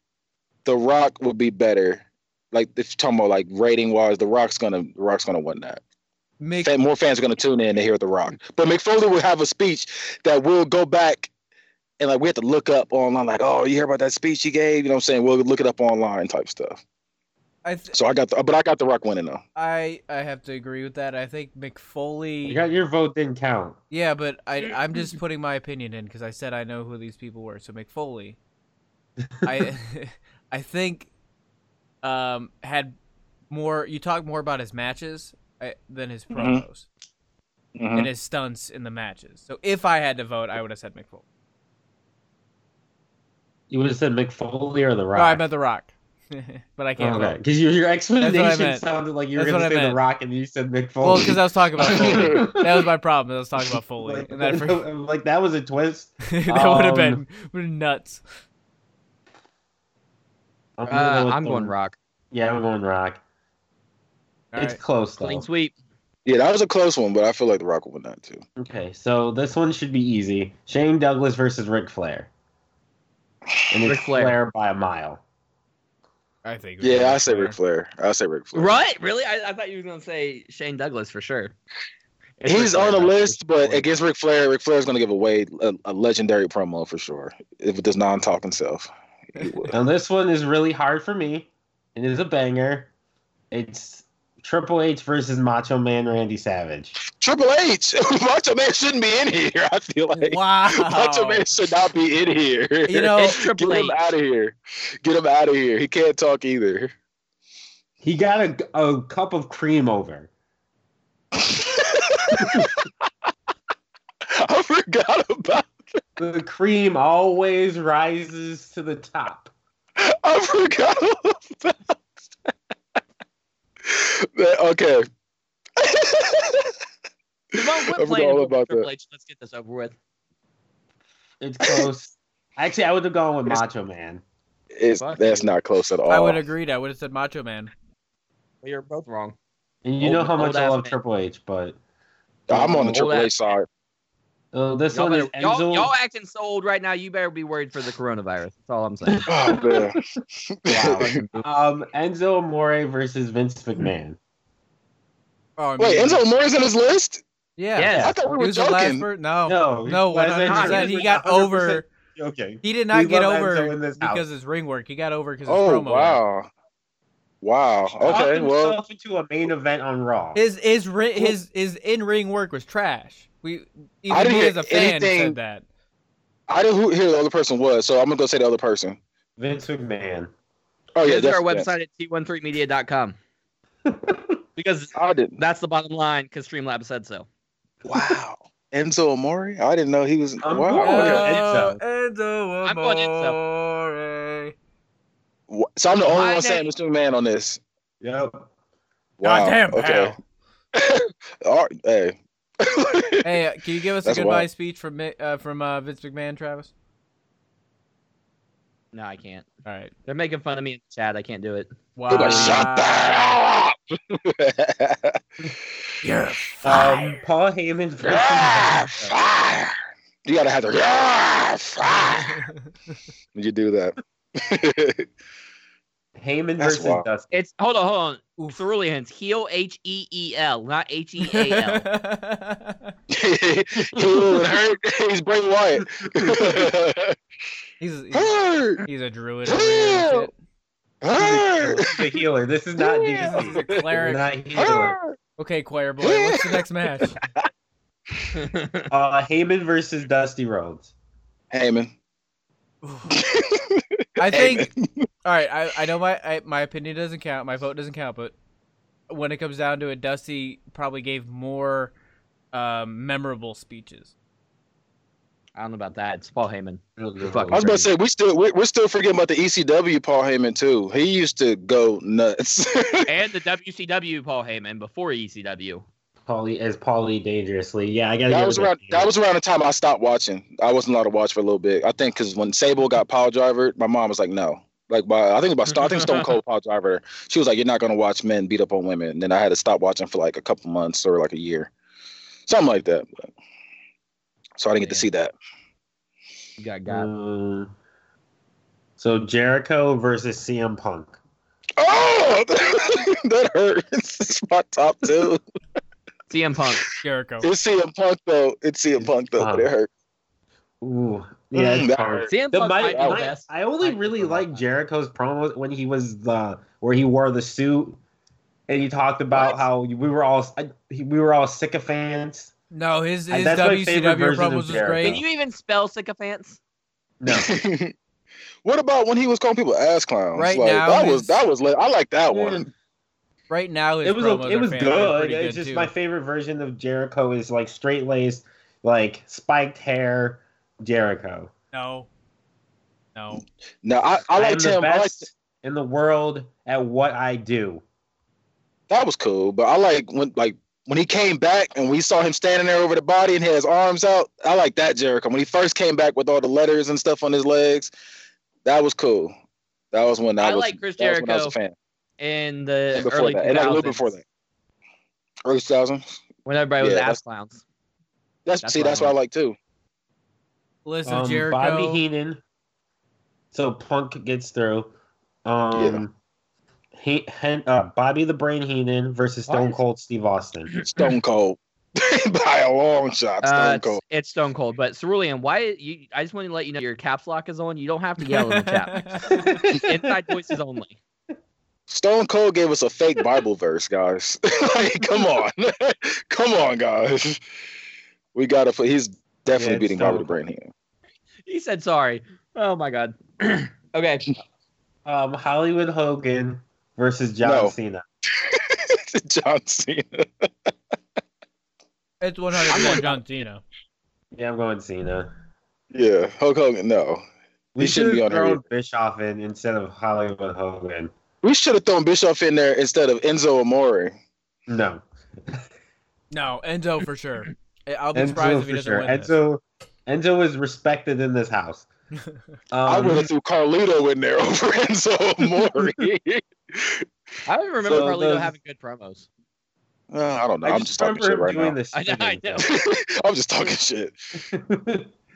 Speaker 4: The Rock would be better like if you're talking about like rating wise, The Rock's gonna The Rock's gonna win that.
Speaker 2: Mick,
Speaker 4: Fan, more fans are gonna tune in to hear The Rock. But McFoley will have a speech that we'll go back and like we have to look up online, like, oh, you hear about that speech he gave? You know what I'm saying? We'll look it up online type stuff.
Speaker 2: I, th-
Speaker 4: So I got the, but I got The Rock winning though.
Speaker 2: I I have to agree with that. I think McFoley.
Speaker 3: You got your vote didn't count.
Speaker 2: Yeah, but I I'm just putting my opinion in because I said I know who these people were. So McFoley, I I think um had more. You talk more about his matches I, than his
Speaker 3: Mm-hmm.
Speaker 2: promos
Speaker 4: Mhm.
Speaker 2: and his stunts in the matches. So if I had to vote, I would have said McFoley.
Speaker 3: You would have said McFoley or The
Speaker 2: No, I
Speaker 3: Rock.
Speaker 2: meant The Rock, but I can't
Speaker 3: okay,
Speaker 2: vote.
Speaker 3: because your, your explanation
Speaker 2: meant.
Speaker 3: sounded like you were
Speaker 2: That's
Speaker 3: going
Speaker 2: what I
Speaker 3: to say The
Speaker 2: meant.
Speaker 3: Rock and you said
Speaker 2: Well,
Speaker 3: McFoley.
Speaker 2: because I was talking about Foley. that was my problem. I was talking about Foley,
Speaker 3: like,
Speaker 2: and then I forgot.
Speaker 3: like, that was a twist.
Speaker 2: that would have
Speaker 3: Um,
Speaker 2: been would've been nuts.
Speaker 3: I'm, gonna go
Speaker 1: Uh,
Speaker 3: with
Speaker 1: I'm
Speaker 3: the-
Speaker 1: going Rock.
Speaker 3: Yeah, I'm going Rock.
Speaker 2: All
Speaker 3: it's
Speaker 2: right.
Speaker 3: close though.
Speaker 1: Clean sweep.
Speaker 4: Yeah, that was a close one, but I feel like The Rock will win that too.
Speaker 3: Okay, so this one should be easy. Shane Douglas versus Ric Flair. And it's
Speaker 1: Ric Flair.
Speaker 3: Flair by a mile.
Speaker 2: I think. we
Speaker 4: Yeah,
Speaker 2: got
Speaker 4: I say
Speaker 2: there.
Speaker 4: Ric Flair. I say Ric Flair.
Speaker 1: Right? Really? I, I thought you were gonna say Shane Douglas for sure. It's
Speaker 4: He's
Speaker 1: Ric Flair,
Speaker 4: on the
Speaker 1: though.
Speaker 4: list, but
Speaker 1: Flair.
Speaker 4: against Ric Flair, Ric Flair's gonna give away a, a legendary promo for sure. If with his non-talking self, he would.
Speaker 3: Now this one is really hard for me. It is a banger. It's Triple H versus Macho Man Randy Savage.
Speaker 4: Triple H, Macho Man shouldn't be in here. I feel like
Speaker 2: Wow.
Speaker 4: Macho Man should not be in here.
Speaker 2: You know,
Speaker 1: it's
Speaker 4: get
Speaker 1: Triple H.
Speaker 4: him out of here. Get him out of here. He can't talk either.
Speaker 3: He got a, a cup of cream over.
Speaker 4: I forgot about.
Speaker 3: The cream always rises to the top.
Speaker 4: I forgot about. That. okay.
Speaker 1: Devon, quit
Speaker 4: I forgot
Speaker 1: playing
Speaker 4: all
Speaker 1: with
Speaker 4: about
Speaker 1: Triple
Speaker 4: that.
Speaker 1: H. Let's get this over with.
Speaker 3: It's close. Actually, I would have gone with Macho Man.
Speaker 4: It's,
Speaker 1: Fuck
Speaker 4: that's
Speaker 1: you.
Speaker 4: not close at all.
Speaker 2: I would have agreed. I would have said Macho Man.
Speaker 1: Well, you're both wrong.
Speaker 3: And you
Speaker 1: Old-
Speaker 3: know how much I
Speaker 1: old-ass
Speaker 3: love
Speaker 1: man.
Speaker 3: Triple H, but
Speaker 4: Oh, I'm on the
Speaker 1: Hold
Speaker 4: Triple
Speaker 1: that.
Speaker 4: H side.
Speaker 3: uh, this
Speaker 1: Y'all,
Speaker 3: one
Speaker 1: better,
Speaker 3: is
Speaker 1: y'all,
Speaker 3: Enzo.
Speaker 1: y'all acting so old right now. You better be worried for the coronavirus. That's all I'm saying.
Speaker 4: Oh man.
Speaker 3: Um, Enzo Amore versus Vince McMahon.
Speaker 2: Oh, I
Speaker 4: Wait,
Speaker 2: mean-
Speaker 4: Enzo Moore's in his list?
Speaker 2: Yeah.
Speaker 1: Yes.
Speaker 4: I thought
Speaker 2: He
Speaker 4: we were
Speaker 2: was the last
Speaker 4: joking.
Speaker 2: per- No. No.
Speaker 3: Oh, No,
Speaker 2: one
Speaker 3: why
Speaker 2: hundred
Speaker 3: is that
Speaker 2: percent.
Speaker 3: not-
Speaker 2: He got
Speaker 3: 100%
Speaker 2: over.
Speaker 3: joking.
Speaker 2: He did not
Speaker 3: We
Speaker 2: get
Speaker 3: love
Speaker 2: over
Speaker 3: Enzo in this house.
Speaker 2: because his ring work. He got over because his
Speaker 4: Oh
Speaker 2: promo. work.
Speaker 4: wow. Wow.
Speaker 3: Talked
Speaker 4: Oh, Okay. Well,
Speaker 3: himself into a main event on Raw.
Speaker 2: His his ri- his his in ring work was trash. We
Speaker 4: I
Speaker 2: even
Speaker 4: didn't
Speaker 2: me
Speaker 4: hear
Speaker 2: as a fan
Speaker 4: anything-
Speaker 2: said that.
Speaker 4: I didn't who- hear who the other person was, so I'm gonna go say the other person.
Speaker 3: Vince McMahon.
Speaker 4: Oh yeah,
Speaker 1: Visit our
Speaker 4: that's-
Speaker 1: website at t13media.com because
Speaker 4: yeah. I didn't.
Speaker 1: that's the bottom line. Because Streamlabs said so.
Speaker 4: Wow. Enzo Amore? I didn't know he was.
Speaker 3: I'm
Speaker 4: wow.
Speaker 3: going
Speaker 4: okay.
Speaker 3: with
Speaker 2: Oh,
Speaker 3: Enzo.
Speaker 2: Enzo
Speaker 1: I'm going Enzo.
Speaker 2: Amore.
Speaker 4: Wha- So I'm the only
Speaker 1: My
Speaker 4: one saying
Speaker 1: name-
Speaker 4: Mr. Man on this.
Speaker 3: Yep.
Speaker 4: Wow.
Speaker 2: Goddamn,
Speaker 4: Okay. All right, hey.
Speaker 2: Hey, uh, can you give us
Speaker 4: That's
Speaker 2: a goodbye
Speaker 4: wild.
Speaker 2: speech from Mi- uh, from uh, Vince McMahon, Travis?
Speaker 1: No, I can't.
Speaker 2: All right.
Speaker 1: They're making fun of me in the chat. I can't do it.
Speaker 2: Wow.
Speaker 4: Everybody Shut the hell up.
Speaker 2: You're
Speaker 3: Um, Paul Heyman
Speaker 4: Yeah,
Speaker 3: versus.
Speaker 4: fire. You gotta have the yeah, fire. When you do that.
Speaker 3: Heyman
Speaker 4: That's
Speaker 3: versus
Speaker 4: wild.
Speaker 3: Dustin.
Speaker 1: It's hold on, hold on.
Speaker 2: Oof.
Speaker 1: It's the really hints. Heel H E E L, not H E A L.
Speaker 4: Cool and hurt. He's Bray Wyatt.
Speaker 2: he's, he's,
Speaker 4: hurt,
Speaker 2: he's a druid.
Speaker 4: Hurt.
Speaker 2: over there and
Speaker 4: hurt,
Speaker 3: This is a healer. This is not
Speaker 4: Yeah.
Speaker 3: DC.
Speaker 2: shit. He's a
Speaker 3: We're
Speaker 2: cleric.
Speaker 3: not healer.
Speaker 4: hurt.
Speaker 2: Okay, choir boy. What's the next match?
Speaker 3: Uh, Heyman versus Dusty Rhodes.
Speaker 4: Heyman.
Speaker 2: I think.
Speaker 4: Heyman.
Speaker 2: All right. I, I know my I, my opinion doesn't count. My vote doesn't count. But when it comes down to it, Dusty probably gave more um, memorable speeches.
Speaker 1: I don't know about that. It's Paul Heyman.
Speaker 4: I was about to say we still we- we're still forgetting about the ECW Paul Heyman too. He used to go nuts.
Speaker 1: and the WCW Paul Heyman before E ECW.
Speaker 3: Paulie as Paulie dangerously. Yeah, I gotta.
Speaker 4: that
Speaker 3: give
Speaker 4: was
Speaker 3: it
Speaker 4: around
Speaker 3: to you.
Speaker 4: that was around the time I stopped watching. I wasn't allowed to watch for a little bit. I think because when Sable got Paul Driver, my mom was like, no. Like by, I think about Stone, I think Stone Cold Paul Driver. She was like, "You're not gonna watch men beat up on women." And then I had to stop watching for like a couple months or like a year, something like that. But- so I didn't get to
Speaker 1: Yeah.
Speaker 4: see that.
Speaker 1: You got got.
Speaker 3: Mm. so Jericho versus CM Punk.
Speaker 4: Oh, that hurts. It's my top two.
Speaker 1: CM Punk.
Speaker 2: Jericho.
Speaker 4: It's CM Punk though. It's CM Punk though, but it hurt.
Speaker 3: Ooh, yeah, it's
Speaker 4: that
Speaker 3: Mm, hard.
Speaker 4: hurts.
Speaker 1: CM
Speaker 3: The-
Speaker 1: Punk
Speaker 3: my-
Speaker 1: might be the
Speaker 3: my-
Speaker 1: best.
Speaker 3: I only
Speaker 1: Might
Speaker 3: really
Speaker 1: be the
Speaker 3: liked
Speaker 1: best.
Speaker 3: Jericho's promo when he was the where he wore the suit and he talked about
Speaker 1: What?
Speaker 3: how we were all I, he- we were all sycophants.
Speaker 2: No, his his
Speaker 3: That's my favorite
Speaker 2: WCW
Speaker 3: version
Speaker 2: promos
Speaker 3: of
Speaker 2: was
Speaker 3: Jericho.
Speaker 1: Can
Speaker 2: great.
Speaker 1: you even spell sycophants?
Speaker 3: No,
Speaker 4: what about when he was calling people ass clowns?
Speaker 2: Right
Speaker 4: like,
Speaker 2: now
Speaker 4: that
Speaker 2: is-
Speaker 4: was that was lit. I like that
Speaker 3: Yeah.
Speaker 4: one.
Speaker 2: Right now, his
Speaker 3: it was
Speaker 2: promos
Speaker 3: it
Speaker 2: are
Speaker 3: was
Speaker 2: fan-
Speaker 3: good.
Speaker 2: are pretty
Speaker 3: It's just
Speaker 2: too.
Speaker 3: my favorite version of Jericho is like straight laced, like spiked hair Jericho.
Speaker 2: no, no.
Speaker 4: No, I, I
Speaker 3: am
Speaker 4: liked
Speaker 3: the
Speaker 4: him. I liked,
Speaker 3: best in the world at what I do.
Speaker 4: that was cool, but I like when like when he came back and we saw him standing there over the body and he had his arms out. I like that Jericho when he first came back with all the letters and stuff on his legs. That was cool. That was when I,
Speaker 1: I
Speaker 4: was,
Speaker 1: like Chris
Speaker 4: that was when I was a
Speaker 1: Jericho
Speaker 4: fan.
Speaker 1: In the
Speaker 4: And before
Speaker 1: early
Speaker 4: that,
Speaker 1: 2000s,
Speaker 4: and like a little before that, early 2000.
Speaker 1: when everybody was
Speaker 4: Yeah,
Speaker 1: ass
Speaker 4: that's-
Speaker 1: clowns.
Speaker 4: That's,
Speaker 1: That's
Speaker 4: see,
Speaker 1: what I
Speaker 4: that's what I
Speaker 1: like.
Speaker 4: like too.
Speaker 2: List
Speaker 3: Um,
Speaker 2: of Jericho.
Speaker 3: Bobby Heenan. So Punk gets through. Um, he, Hen, uh, Bobby the Brain Heenan versus Stone
Speaker 1: What?
Speaker 3: Cold Steve Austin.
Speaker 4: Stone Cold by a long shot. Stone
Speaker 1: Uh,
Speaker 4: Cold.
Speaker 1: it's, it's Stone Cold, but Cerulean, why you? I just want to let you know your caps lock is on. You don't have to yell in the chat. Inside voices only.
Speaker 4: Stone Cold gave us a fake Bible verse, guys. like, come on, come on, guys. We gotta put. He's definitely
Speaker 3: Yeah, it's
Speaker 4: beating
Speaker 3: Stone
Speaker 4: Bobby the Brain here.
Speaker 1: He said sorry. Oh my god. okay.
Speaker 3: um, Hollywood Hogan versus John
Speaker 4: No.
Speaker 3: Cena.
Speaker 4: John Cena.
Speaker 2: It's 100 John Cena.
Speaker 3: Yeah, I'm going Cena.
Speaker 4: Yeah, Hulk Hogan. No,
Speaker 3: We
Speaker 4: He
Speaker 3: should
Speaker 4: shouldn't be
Speaker 3: have
Speaker 4: on here
Speaker 3: thrown Bischoff in instead of Hollywood Hogan.
Speaker 4: we should have thrown Bischoff in there instead of Enzo Amore.
Speaker 3: No,
Speaker 2: No, Enzo for sure. I- I'll be surprised
Speaker 3: Enzo
Speaker 2: if he
Speaker 3: for
Speaker 2: doesn't
Speaker 3: sure.
Speaker 2: win this.
Speaker 3: Enzo, Enzo is respected in this house. Um,
Speaker 4: I would have threw Carlito in there over Enzo Amore.
Speaker 1: I don't even remember
Speaker 3: So
Speaker 1: Carlito
Speaker 3: those-
Speaker 1: having good promos.
Speaker 4: Uh, I don't know.
Speaker 3: I
Speaker 4: I'm
Speaker 3: just
Speaker 4: just talking
Speaker 3: remember
Speaker 4: shit
Speaker 3: him
Speaker 4: right
Speaker 3: doing
Speaker 4: now.
Speaker 3: this.
Speaker 1: I know, I know.
Speaker 4: I'm just talking shit.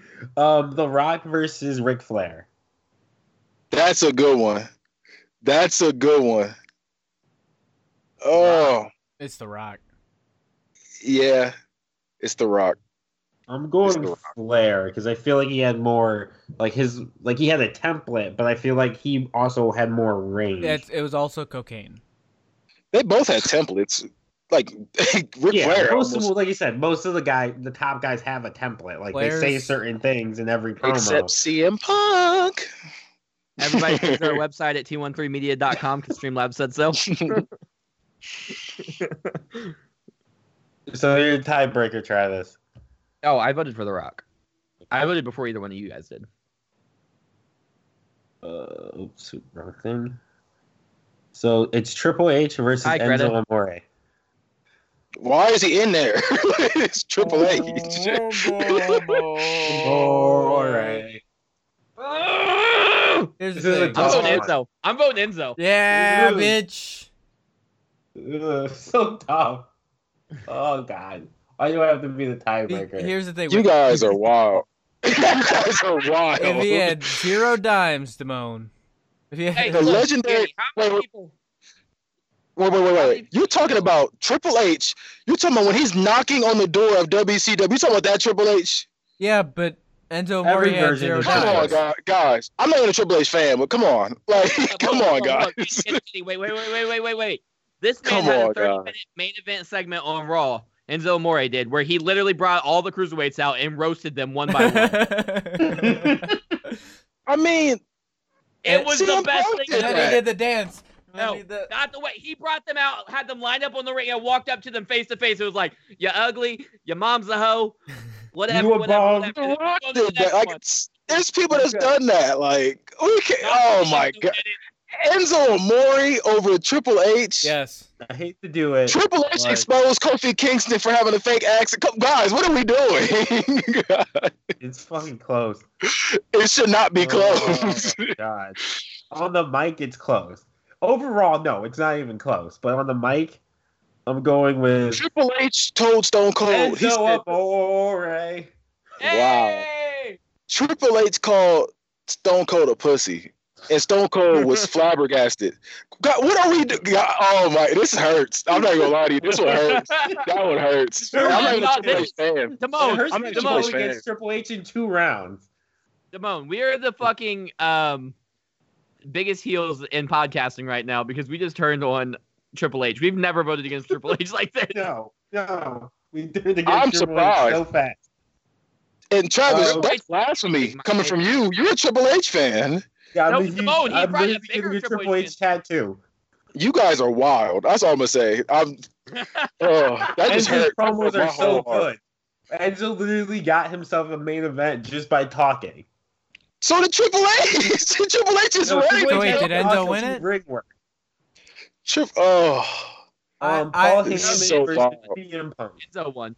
Speaker 3: um, The Rock versus Ric Flair.
Speaker 4: That's a good one. That's a good one. Oh
Speaker 2: It's The Rock.
Speaker 4: yeah, it's The Rock.
Speaker 3: I'm
Speaker 4: The
Speaker 3: going
Speaker 4: Rock.
Speaker 3: Flair because I feel like he had more, like his, like he had a template, but I feel like he also had more range.
Speaker 2: It's, it was also cocaine.
Speaker 4: They both had templates. Like Ric
Speaker 3: yeah,
Speaker 4: Flair.
Speaker 3: most of,
Speaker 4: almost-
Speaker 3: like you said, most of the guy, the top guys have a template. Like
Speaker 2: Flair's-
Speaker 3: they say certain things in every promo.
Speaker 4: except CM Punk.
Speaker 1: Everybody visit our website at t13media.com because Streamlabs said so.
Speaker 3: so you're a tiebreaker, Travis.
Speaker 1: Oh, I voted for The Rock. I voted before either one of you guys did.
Speaker 3: Uh, oops, wrong thing. So it's Triple H versus
Speaker 1: Hi, Greta.
Speaker 3: Enzo Amore.
Speaker 4: Why is he in there? it's Triple H.
Speaker 2: Mm-hmm. Oh, Here's
Speaker 3: This
Speaker 2: the
Speaker 3: is a
Speaker 1: I'm
Speaker 2: thing.
Speaker 3: Oh,
Speaker 1: voting
Speaker 3: my-
Speaker 1: Enzo. I'm voting Enzo.
Speaker 2: Yeah,
Speaker 3: Ooh.
Speaker 2: bitch.
Speaker 3: Ugh, so dumb. Oh God. Why do I have to be the
Speaker 2: He-
Speaker 3: tiebreaker?
Speaker 2: Here's the thing.
Speaker 4: You guys are wild. you guys are wild.
Speaker 2: if he had zero dimes, Damone. If he had,
Speaker 1: Hey,
Speaker 4: The
Speaker 1: look,
Speaker 4: legendary-
Speaker 1: Danny, how many
Speaker 4: wait, wait.
Speaker 1: people-
Speaker 4: Wait, wait, wait, wait. You're talking about Triple H. You're talking about when he's knocking on the door of WCW. You're talking about that Triple H.
Speaker 2: yeah, but Enzo
Speaker 3: Every
Speaker 2: Murray had
Speaker 3: version
Speaker 2: zero
Speaker 3: is
Speaker 4: Come on,
Speaker 2: dimes.
Speaker 4: guys. guys. I'm not even a Triple H fan, but come on. Like, come
Speaker 1: Hold hold hold
Speaker 4: on, guys.
Speaker 1: Danny, Danny, Wait, wait, wait, wait, wait, wait, wait. This man
Speaker 4: Come
Speaker 1: had a
Speaker 4: on,
Speaker 1: 30
Speaker 4: guys.
Speaker 1: minute main event segment on Raw. Enzo Amore did, where he literally brought all the cruiserweights out and roasted them one by one.
Speaker 4: I mean,
Speaker 1: It was the
Speaker 4: CM
Speaker 1: best
Speaker 4: Punk
Speaker 1: thing
Speaker 2: and
Speaker 4: did
Speaker 1: ever.
Speaker 2: then he did the dance. And then
Speaker 1: No.
Speaker 2: he did the-
Speaker 1: Not the way he brought them out, had them lined up on the ring, and walked up to them face to face. It was like, "You ugly, your mom's a hoe, Whatever,
Speaker 3: You
Speaker 1: whatever,
Speaker 3: above
Speaker 1: whatever.
Speaker 4: The
Speaker 1: Let's
Speaker 4: Rock
Speaker 1: go to the next
Speaker 4: did that. Like,
Speaker 1: one.
Speaker 4: it's- there's people that's
Speaker 3: Okay.
Speaker 4: done that. Like, we can
Speaker 1: Not
Speaker 4: Oh
Speaker 1: Shane
Speaker 4: my
Speaker 1: Doe
Speaker 4: god,
Speaker 1: did it.
Speaker 4: Enzo Amore over Triple H.
Speaker 2: Yes.
Speaker 3: I hate to do it.
Speaker 4: Triple H
Speaker 3: Like-
Speaker 4: exposed Kofi Kingston for having a fake accent. Come, guys, what are we doing?
Speaker 3: It's fucking close.
Speaker 4: it should not be close.
Speaker 3: Oh, my God. On the mic, it's close. Overall, no, it's not even close. But on the mic, I'm going with
Speaker 4: Triple H told Stone Cold. He
Speaker 3: Enzo
Speaker 4: said,
Speaker 3: Amore.
Speaker 1: Hey!
Speaker 4: Triple H called Stone Cold a pussy, and Stone Cold was flabbergasted. God, what are we doing? Oh my, this hurts. I'm not gonna lie to you. This one hurts. That one hurts. I'm not even a
Speaker 1: Not
Speaker 4: Triple
Speaker 1: this.
Speaker 4: H fan.
Speaker 3: it
Speaker 1: Damone,
Speaker 3: hurts
Speaker 4: I'm
Speaker 3: me
Speaker 4: a
Speaker 3: to
Speaker 4: Triple H
Speaker 3: go
Speaker 4: fan.
Speaker 3: against Triple H in two rounds.
Speaker 1: Damone, we are the fucking um, biggest heels in podcasting right now because we just turned on Triple H. We've never voted against Triple H like this.
Speaker 3: No, no. We did it against
Speaker 4: I'm
Speaker 3: Triple H
Speaker 4: surprised.
Speaker 3: so fast.
Speaker 4: And Travis,
Speaker 3: Uh,
Speaker 4: that's blasphemy coming from you. You're a Triple H fan.
Speaker 3: Yeah,
Speaker 1: No, but
Speaker 3: I'm, huge,
Speaker 1: Simone, he
Speaker 3: I'm
Speaker 1: probably
Speaker 3: literally
Speaker 1: a bigger
Speaker 3: getting a
Speaker 1: Triple
Speaker 3: Triple
Speaker 1: H
Speaker 3: H tattoo.
Speaker 4: You guys are wild. That's all I'm gonna say. I'm. Oh, that
Speaker 3: Enzo's
Speaker 4: just hurt.
Speaker 3: promos
Speaker 4: My
Speaker 3: are so
Speaker 4: whole heart.
Speaker 3: good. Enzo literally got himself a main event just by talking.
Speaker 4: So did Triple H. Triple H is
Speaker 3: No,
Speaker 4: ready.
Speaker 3: Triple
Speaker 2: Wait,
Speaker 3: H
Speaker 2: did
Speaker 3: had
Speaker 2: Enzo
Speaker 3: awesome
Speaker 2: win it?
Speaker 3: Ring work.
Speaker 4: Tri- oh.
Speaker 3: Um,
Speaker 2: I-
Speaker 3: Paul
Speaker 2: I-
Speaker 3: Heyman
Speaker 4: This is so
Speaker 3: versus
Speaker 4: wild.
Speaker 3: CM Punk.
Speaker 1: Enzo won.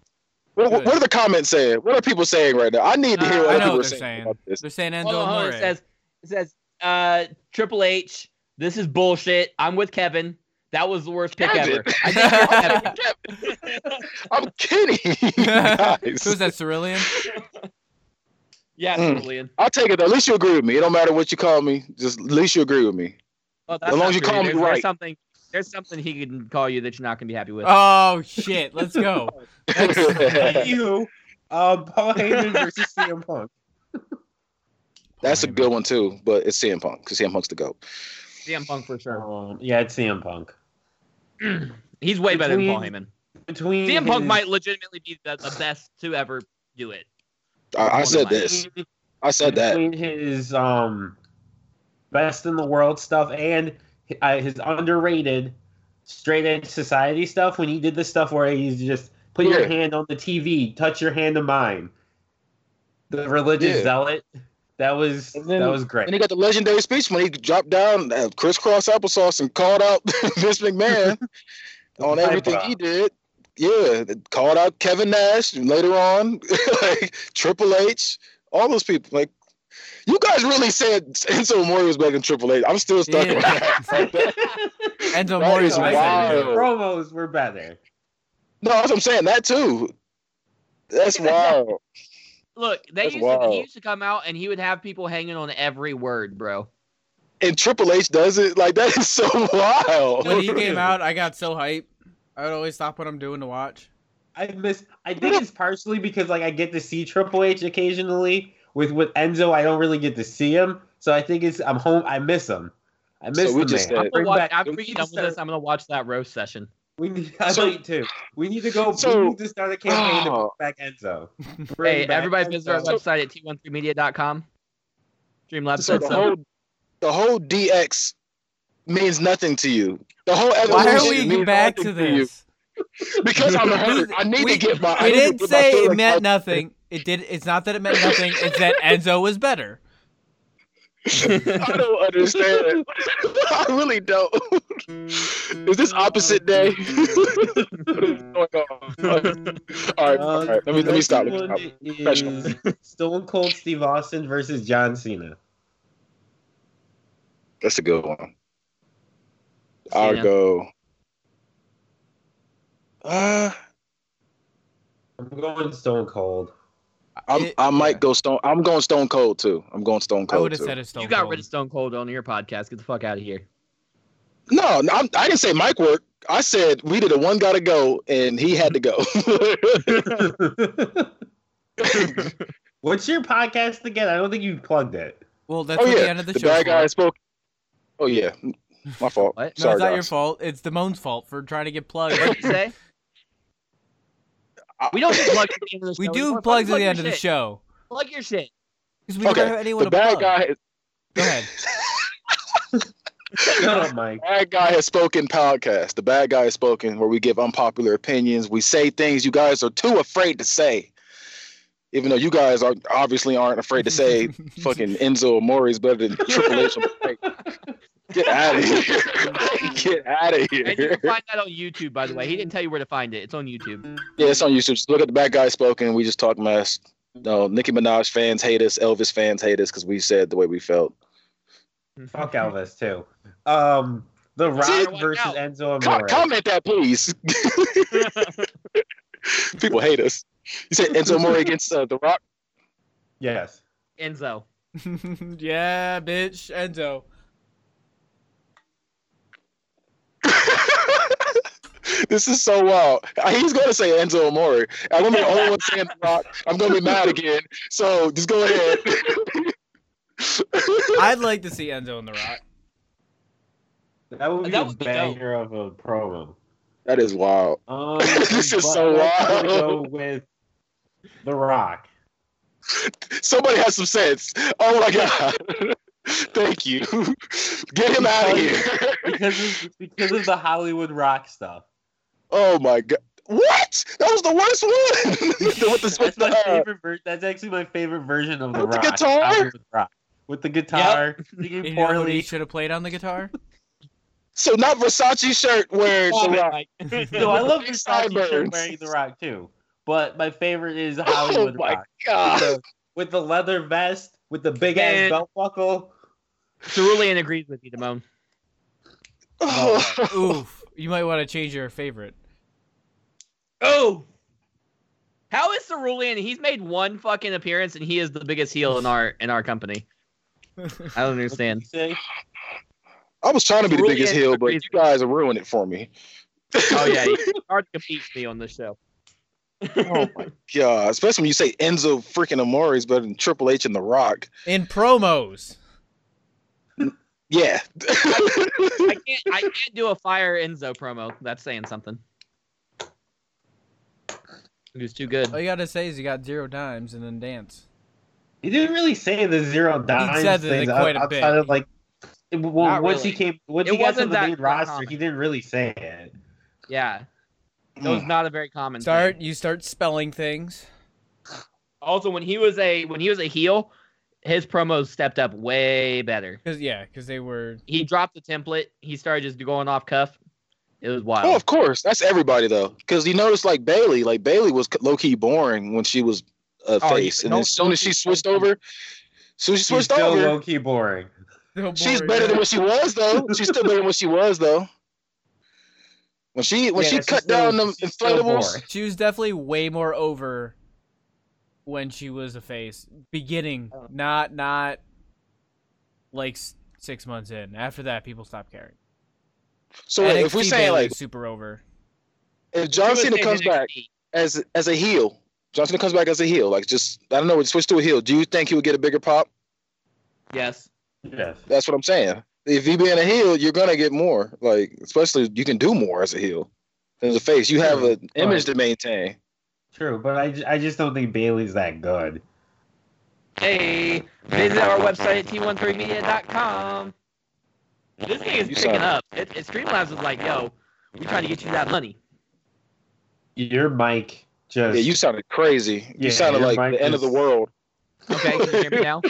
Speaker 4: What,
Speaker 2: Good.
Speaker 4: what are the comments saying? What are people saying right now? I need to hear
Speaker 1: Uh,
Speaker 4: what
Speaker 1: I know
Speaker 4: other people
Speaker 2: what
Speaker 4: are
Speaker 2: they're
Speaker 4: saying,
Speaker 2: saying.
Speaker 4: about this.
Speaker 2: They're saying Enzo
Speaker 1: Hold on, hold on.
Speaker 2: Amore.
Speaker 1: It says, it says uh, Triple H, this is bullshit. I'm with Kevin. That was the worst pick
Speaker 4: Kevin.
Speaker 1: ever. I think you're Kevin.
Speaker 4: I'm kidding, guys.
Speaker 2: Who's that, Cerulean?
Speaker 1: Yeah,
Speaker 4: Mm.
Speaker 1: Julian.
Speaker 4: I'll take it. Though. At least you agree with me. It don't matter what you call me. Just at least you agree with me.
Speaker 1: Well, that's
Speaker 4: As long
Speaker 1: not
Speaker 4: as you
Speaker 1: true.
Speaker 4: call me
Speaker 1: there's,
Speaker 4: right.
Speaker 1: There's something, there's something he can call you that you're not going to be happy with.
Speaker 2: Oh, shit. Let's go.
Speaker 4: That's
Speaker 3: you, um, Paul Heyman versus CM Punk.
Speaker 4: a good one too, but it's CM Punk because CM Punk's the goat.
Speaker 1: CM Punk for sure.
Speaker 3: Um, yeah, it's CM Punk.
Speaker 1: He's way better than Paul Heyman.
Speaker 3: Between- Mm. Between
Speaker 1: CM Punk
Speaker 3: his-
Speaker 1: might legitimately be the, the best to ever do it.
Speaker 4: I, I said
Speaker 1: Between-
Speaker 4: this. I said that.
Speaker 3: between his um best in the world stuff and hi- uh, his underrated straight edge society stuff when he did the stuff where he's just put your
Speaker 4: Yeah.
Speaker 3: hand on the TV, touch your hand to mine. The religious
Speaker 4: Yeah.
Speaker 3: zealot. That was
Speaker 4: And then-
Speaker 3: that was great.
Speaker 4: And he got the legendary speech when he dropped down uh, crisscross applesauce and called out Vince McMahon on
Speaker 3: Pipe
Speaker 4: everything
Speaker 3: bomb.
Speaker 4: he did. Yeah, called out Kevin Nash later on, like Triple H, all those people. Like, you guys really said Enzo Amore was better than Triple H. I'm still stuck on that.
Speaker 2: Enzo
Speaker 4: That
Speaker 2: Amore
Speaker 4: is
Speaker 2: is my
Speaker 4: wild.
Speaker 2: favorite.
Speaker 3: His promos were better.
Speaker 4: No, that's what I'm saying. That too. That's wild.
Speaker 1: Look, they
Speaker 4: That's
Speaker 1: used to,
Speaker 4: wild.
Speaker 1: he used to come out and he would have people hanging on every word, bro.
Speaker 4: And Triple H does it. Like, that is so wild.
Speaker 2: When he came out, I got so hype. I would always stop what I'm doing to watch.
Speaker 3: I miss. I think it's partially because like I get to see Triple H occasionally with with Enzo. I don't really get to see him, so I think it's I'm home. I miss him. I miss
Speaker 4: So we
Speaker 3: the
Speaker 4: just
Speaker 3: man.
Speaker 4: said-
Speaker 1: I'm
Speaker 3: Bring
Speaker 1: gonna watch,
Speaker 3: back-
Speaker 1: after
Speaker 3: we
Speaker 1: we get
Speaker 3: need to
Speaker 1: done with this,
Speaker 3: start-
Speaker 1: I'm gonna watch that roast session.
Speaker 3: we need. I
Speaker 4: So-
Speaker 3: might too. We need to go.
Speaker 4: So-
Speaker 3: we need to start a campaign
Speaker 4: Oh.
Speaker 3: to bring back Enzo. Bring
Speaker 1: Hey,
Speaker 3: back
Speaker 1: everybody visit our
Speaker 3: Enzo.
Speaker 1: website at t13media.com. Streamlabs
Speaker 4: So
Speaker 1: said
Speaker 4: the
Speaker 1: so.
Speaker 4: whole the whole DX means nothing to you. The whole evolution
Speaker 2: Why are we
Speaker 4: means
Speaker 2: back to
Speaker 4: nothing you.
Speaker 2: this?
Speaker 4: Because I'm hurt.
Speaker 2: We-
Speaker 4: I need
Speaker 2: we-
Speaker 4: to get my. I
Speaker 2: We
Speaker 4: need to
Speaker 2: didn't
Speaker 4: get my
Speaker 2: say it
Speaker 4: feelings out
Speaker 2: meant
Speaker 4: there.
Speaker 2: nothing. It did. It's not that it meant nothing. It's that Enzo was better.
Speaker 4: I don't understand. I really don't. Is this opposite day? what is going on? All right, all right. Let me let me stop. Let me stop.
Speaker 3: me stop. Stone Cold Steve Austin versus John Cena.
Speaker 4: That's a good one. I'll
Speaker 1: Yeah.
Speaker 4: go. Uh,
Speaker 3: I'm going Stone Cold.
Speaker 4: I'm,
Speaker 2: It-
Speaker 4: I might
Speaker 2: yeah.
Speaker 4: go Stone. I'm going Stone Cold too. I'm going Stone
Speaker 2: I
Speaker 4: Cold
Speaker 2: would have
Speaker 4: too.
Speaker 2: said it's Stone
Speaker 1: You got
Speaker 2: Cold.
Speaker 1: rid of Stone Cold on your podcast. Get the fuck out of here.
Speaker 4: No, no I'm, I didn't say Mike work. I said we did a one got to go, and he had to go.
Speaker 3: What's your podcast again? I don't think you plugged it.
Speaker 2: Well, that's
Speaker 4: oh
Speaker 2: what
Speaker 4: yeah,
Speaker 2: the end of the, show.
Speaker 4: bad guy
Speaker 2: is for.
Speaker 4: spoke. Oh yeah, my fault.
Speaker 1: What?
Speaker 2: No,
Speaker 4: Sorry,
Speaker 2: it's not
Speaker 4: guys.
Speaker 2: your fault. It's Damone's fault for trying to get plugged.
Speaker 1: What'd you say?
Speaker 4: I-
Speaker 1: We don't do plugs at the end of the show.
Speaker 2: we do
Speaker 1: anymore.
Speaker 2: plugs at
Speaker 1: Fucking
Speaker 2: the end of
Speaker 1: plug your
Speaker 2: the
Speaker 1: shit.
Speaker 2: show
Speaker 1: Plug your shit.
Speaker 2: because we
Speaker 4: Okay,
Speaker 2: don't have anyone
Speaker 4: The
Speaker 2: to
Speaker 4: bad
Speaker 2: plug.
Speaker 4: guy,
Speaker 2: Go ahead.
Speaker 3: Shut up, Mike.
Speaker 4: bad guy has spoken podcast. The bad guy has spoken, where we give unpopular opinions. We say things you guys are too afraid to say. even though you guys are obviously aren't afraid to say fucking Enzo Amore is better than Triple H. I'm like, Get out of here! Get out of
Speaker 1: And you
Speaker 4: here!
Speaker 1: can find that on YouTube, by the way. He didn't tell you where to find it. It's on YouTube.
Speaker 4: Yeah, it's on YouTube. Just look at the bad guy spoken. We just talk mess. No, Nicki Minaj fans hate us. Elvis fans hate us because we said the way we felt.
Speaker 3: Fuck Elvis too. Um, The
Speaker 4: See,
Speaker 3: Rock versus
Speaker 1: watch out.
Speaker 3: Enzo
Speaker 4: Com-
Speaker 3: Amore.
Speaker 4: comment that, please. People hate us. You said Enzo Amore against uh, The Rock.
Speaker 3: Yes.
Speaker 1: Enzo.
Speaker 2: yeah, bitch, Enzo.
Speaker 4: this is so wild. He's going to say Enzo Amore. I'm going to be the only one saying The Rock. I'm going to be mad again. So just go ahead.
Speaker 2: I'd like to see Enzo in the Rock.
Speaker 3: That would be
Speaker 1: That
Speaker 3: a
Speaker 1: would be dope.
Speaker 3: banger of a promo.
Speaker 4: that is wild.
Speaker 3: Um,
Speaker 4: This is
Speaker 3: but
Speaker 4: so
Speaker 3: I'm gonna
Speaker 4: wild.
Speaker 3: Go with The Rock.
Speaker 4: Somebody has some sense. Oh my God. Thank you. Get him out of here.
Speaker 3: because of, because of the Hollywood Rock stuff.
Speaker 4: Oh my god. What? That was the worst one. with the, with
Speaker 3: That's
Speaker 4: the,
Speaker 3: my
Speaker 4: uh,
Speaker 3: favorite. Ver- that's actually my favorite version of the
Speaker 4: With the
Speaker 3: Rock.
Speaker 4: guitar?
Speaker 3: Hollywood Rock. With the guitar, singing
Speaker 2: You know what he
Speaker 3: poorly.
Speaker 2: should have played on the guitar?
Speaker 4: so not Versace shirt where
Speaker 1: Stop
Speaker 4: the
Speaker 1: it,
Speaker 4: rock.
Speaker 1: Mike.
Speaker 3: No, I love
Speaker 4: Big
Speaker 3: Versace shirt
Speaker 4: sideburns.
Speaker 3: wearing the Rock too. But my favorite is
Speaker 4: Oh
Speaker 3: Hollywood
Speaker 4: my
Speaker 3: Rock with
Speaker 4: god.
Speaker 3: the, with the leather vest, with the big
Speaker 1: Man.
Speaker 3: ass belt buckle.
Speaker 1: Cerulean agrees with you, Damone.
Speaker 4: Oh,
Speaker 2: Oof. You might want to change your favorite.
Speaker 1: Oh. How is Cerulean? He's made one fucking appearance and he is the biggest heel in our in our company. I don't understand.
Speaker 3: See?
Speaker 4: I was trying to be the
Speaker 1: Cerulean
Speaker 4: biggest heel, but you
Speaker 1: agrees.
Speaker 4: guys are ruining it for me.
Speaker 1: Oh yeah, he- hard to compete with me on this show.
Speaker 4: oh my god. Especially when you say Enzo freaking Amore is better than Triple H and The Rock.
Speaker 2: In promos.
Speaker 4: Yeah.
Speaker 1: I can't I can't do a fire Enzo promo. That's saying something. He was too good.
Speaker 2: All you gotta say is you got zero dimes and then dance.
Speaker 3: He didn't really say the zero dimes
Speaker 2: said that
Speaker 3: thing uh,
Speaker 2: quite a
Speaker 3: outside
Speaker 2: bit.
Speaker 3: of like. Well,
Speaker 1: Not
Speaker 3: once
Speaker 1: really.
Speaker 3: he came, once
Speaker 1: It
Speaker 3: he got to
Speaker 1: wasn't
Speaker 3: the
Speaker 1: that
Speaker 3: main roster,
Speaker 1: common.
Speaker 3: he didn't really say it.
Speaker 1: Yeah. That was not a very common thing.
Speaker 2: Start you start spelling things.
Speaker 1: Also when he was a when he was a heel, his promos stepped up way better.
Speaker 2: Cause yeah, cause they were
Speaker 1: He dropped the template. He started just going off cuff. It was wild.
Speaker 4: Oh, of course. That's everybody though, because you notice like Bailey, like Bailey was low key boring when she was a
Speaker 1: Oh, you-
Speaker 4: face, and
Speaker 1: don't-
Speaker 4: as soon as she
Speaker 1: don't-
Speaker 4: switched over, soon as she
Speaker 3: He's
Speaker 4: switched
Speaker 3: still
Speaker 4: over,
Speaker 3: low key boring.
Speaker 2: so
Speaker 4: she's
Speaker 2: boring.
Speaker 4: better than what she was though. She's still better than what she was though. When she when
Speaker 3: Yeah,
Speaker 4: she
Speaker 3: she's
Speaker 4: cut
Speaker 3: still-
Speaker 4: down them
Speaker 3: she's still
Speaker 4: inflatables,
Speaker 3: boring.
Speaker 2: She was definitely way more over when she was a face. Beginning,
Speaker 1: Oh.
Speaker 2: not not like s- six months in. After that, people stopped caring.
Speaker 4: so wait, if
Speaker 2: NXT
Speaker 4: we saying
Speaker 2: Bayley
Speaker 4: like
Speaker 2: was super over,
Speaker 4: if John
Speaker 1: He was
Speaker 4: Cena
Speaker 1: in
Speaker 4: comes
Speaker 1: NXT.
Speaker 4: back as as a heel, John Cena comes back as a heel, like just I don't know, switch to a heel. Do you think he would get a bigger pop?
Speaker 1: Yes.
Speaker 3: Yes.
Speaker 4: That's what I'm saying. If you being a heel, you're gonna get more. Like especially you can do more as a heel than as a face. You have an image to maintain.
Speaker 3: True, but I, ju- I just don't think Bailey's that good.
Speaker 1: Hey, visit our website at t13media.com. This thing is
Speaker 4: You
Speaker 1: picking
Speaker 4: saw-
Speaker 1: up. It, it Streamlabs was like, yo, we trying to get you that money.
Speaker 3: Your mic
Speaker 4: Yeah,
Speaker 3: just
Speaker 4: you sounded crazy.
Speaker 3: Yeah,
Speaker 4: you sounded
Speaker 3: your
Speaker 4: like
Speaker 3: mic
Speaker 4: the end of the
Speaker 3: is-
Speaker 4: world.
Speaker 1: Okay, can you hear me now?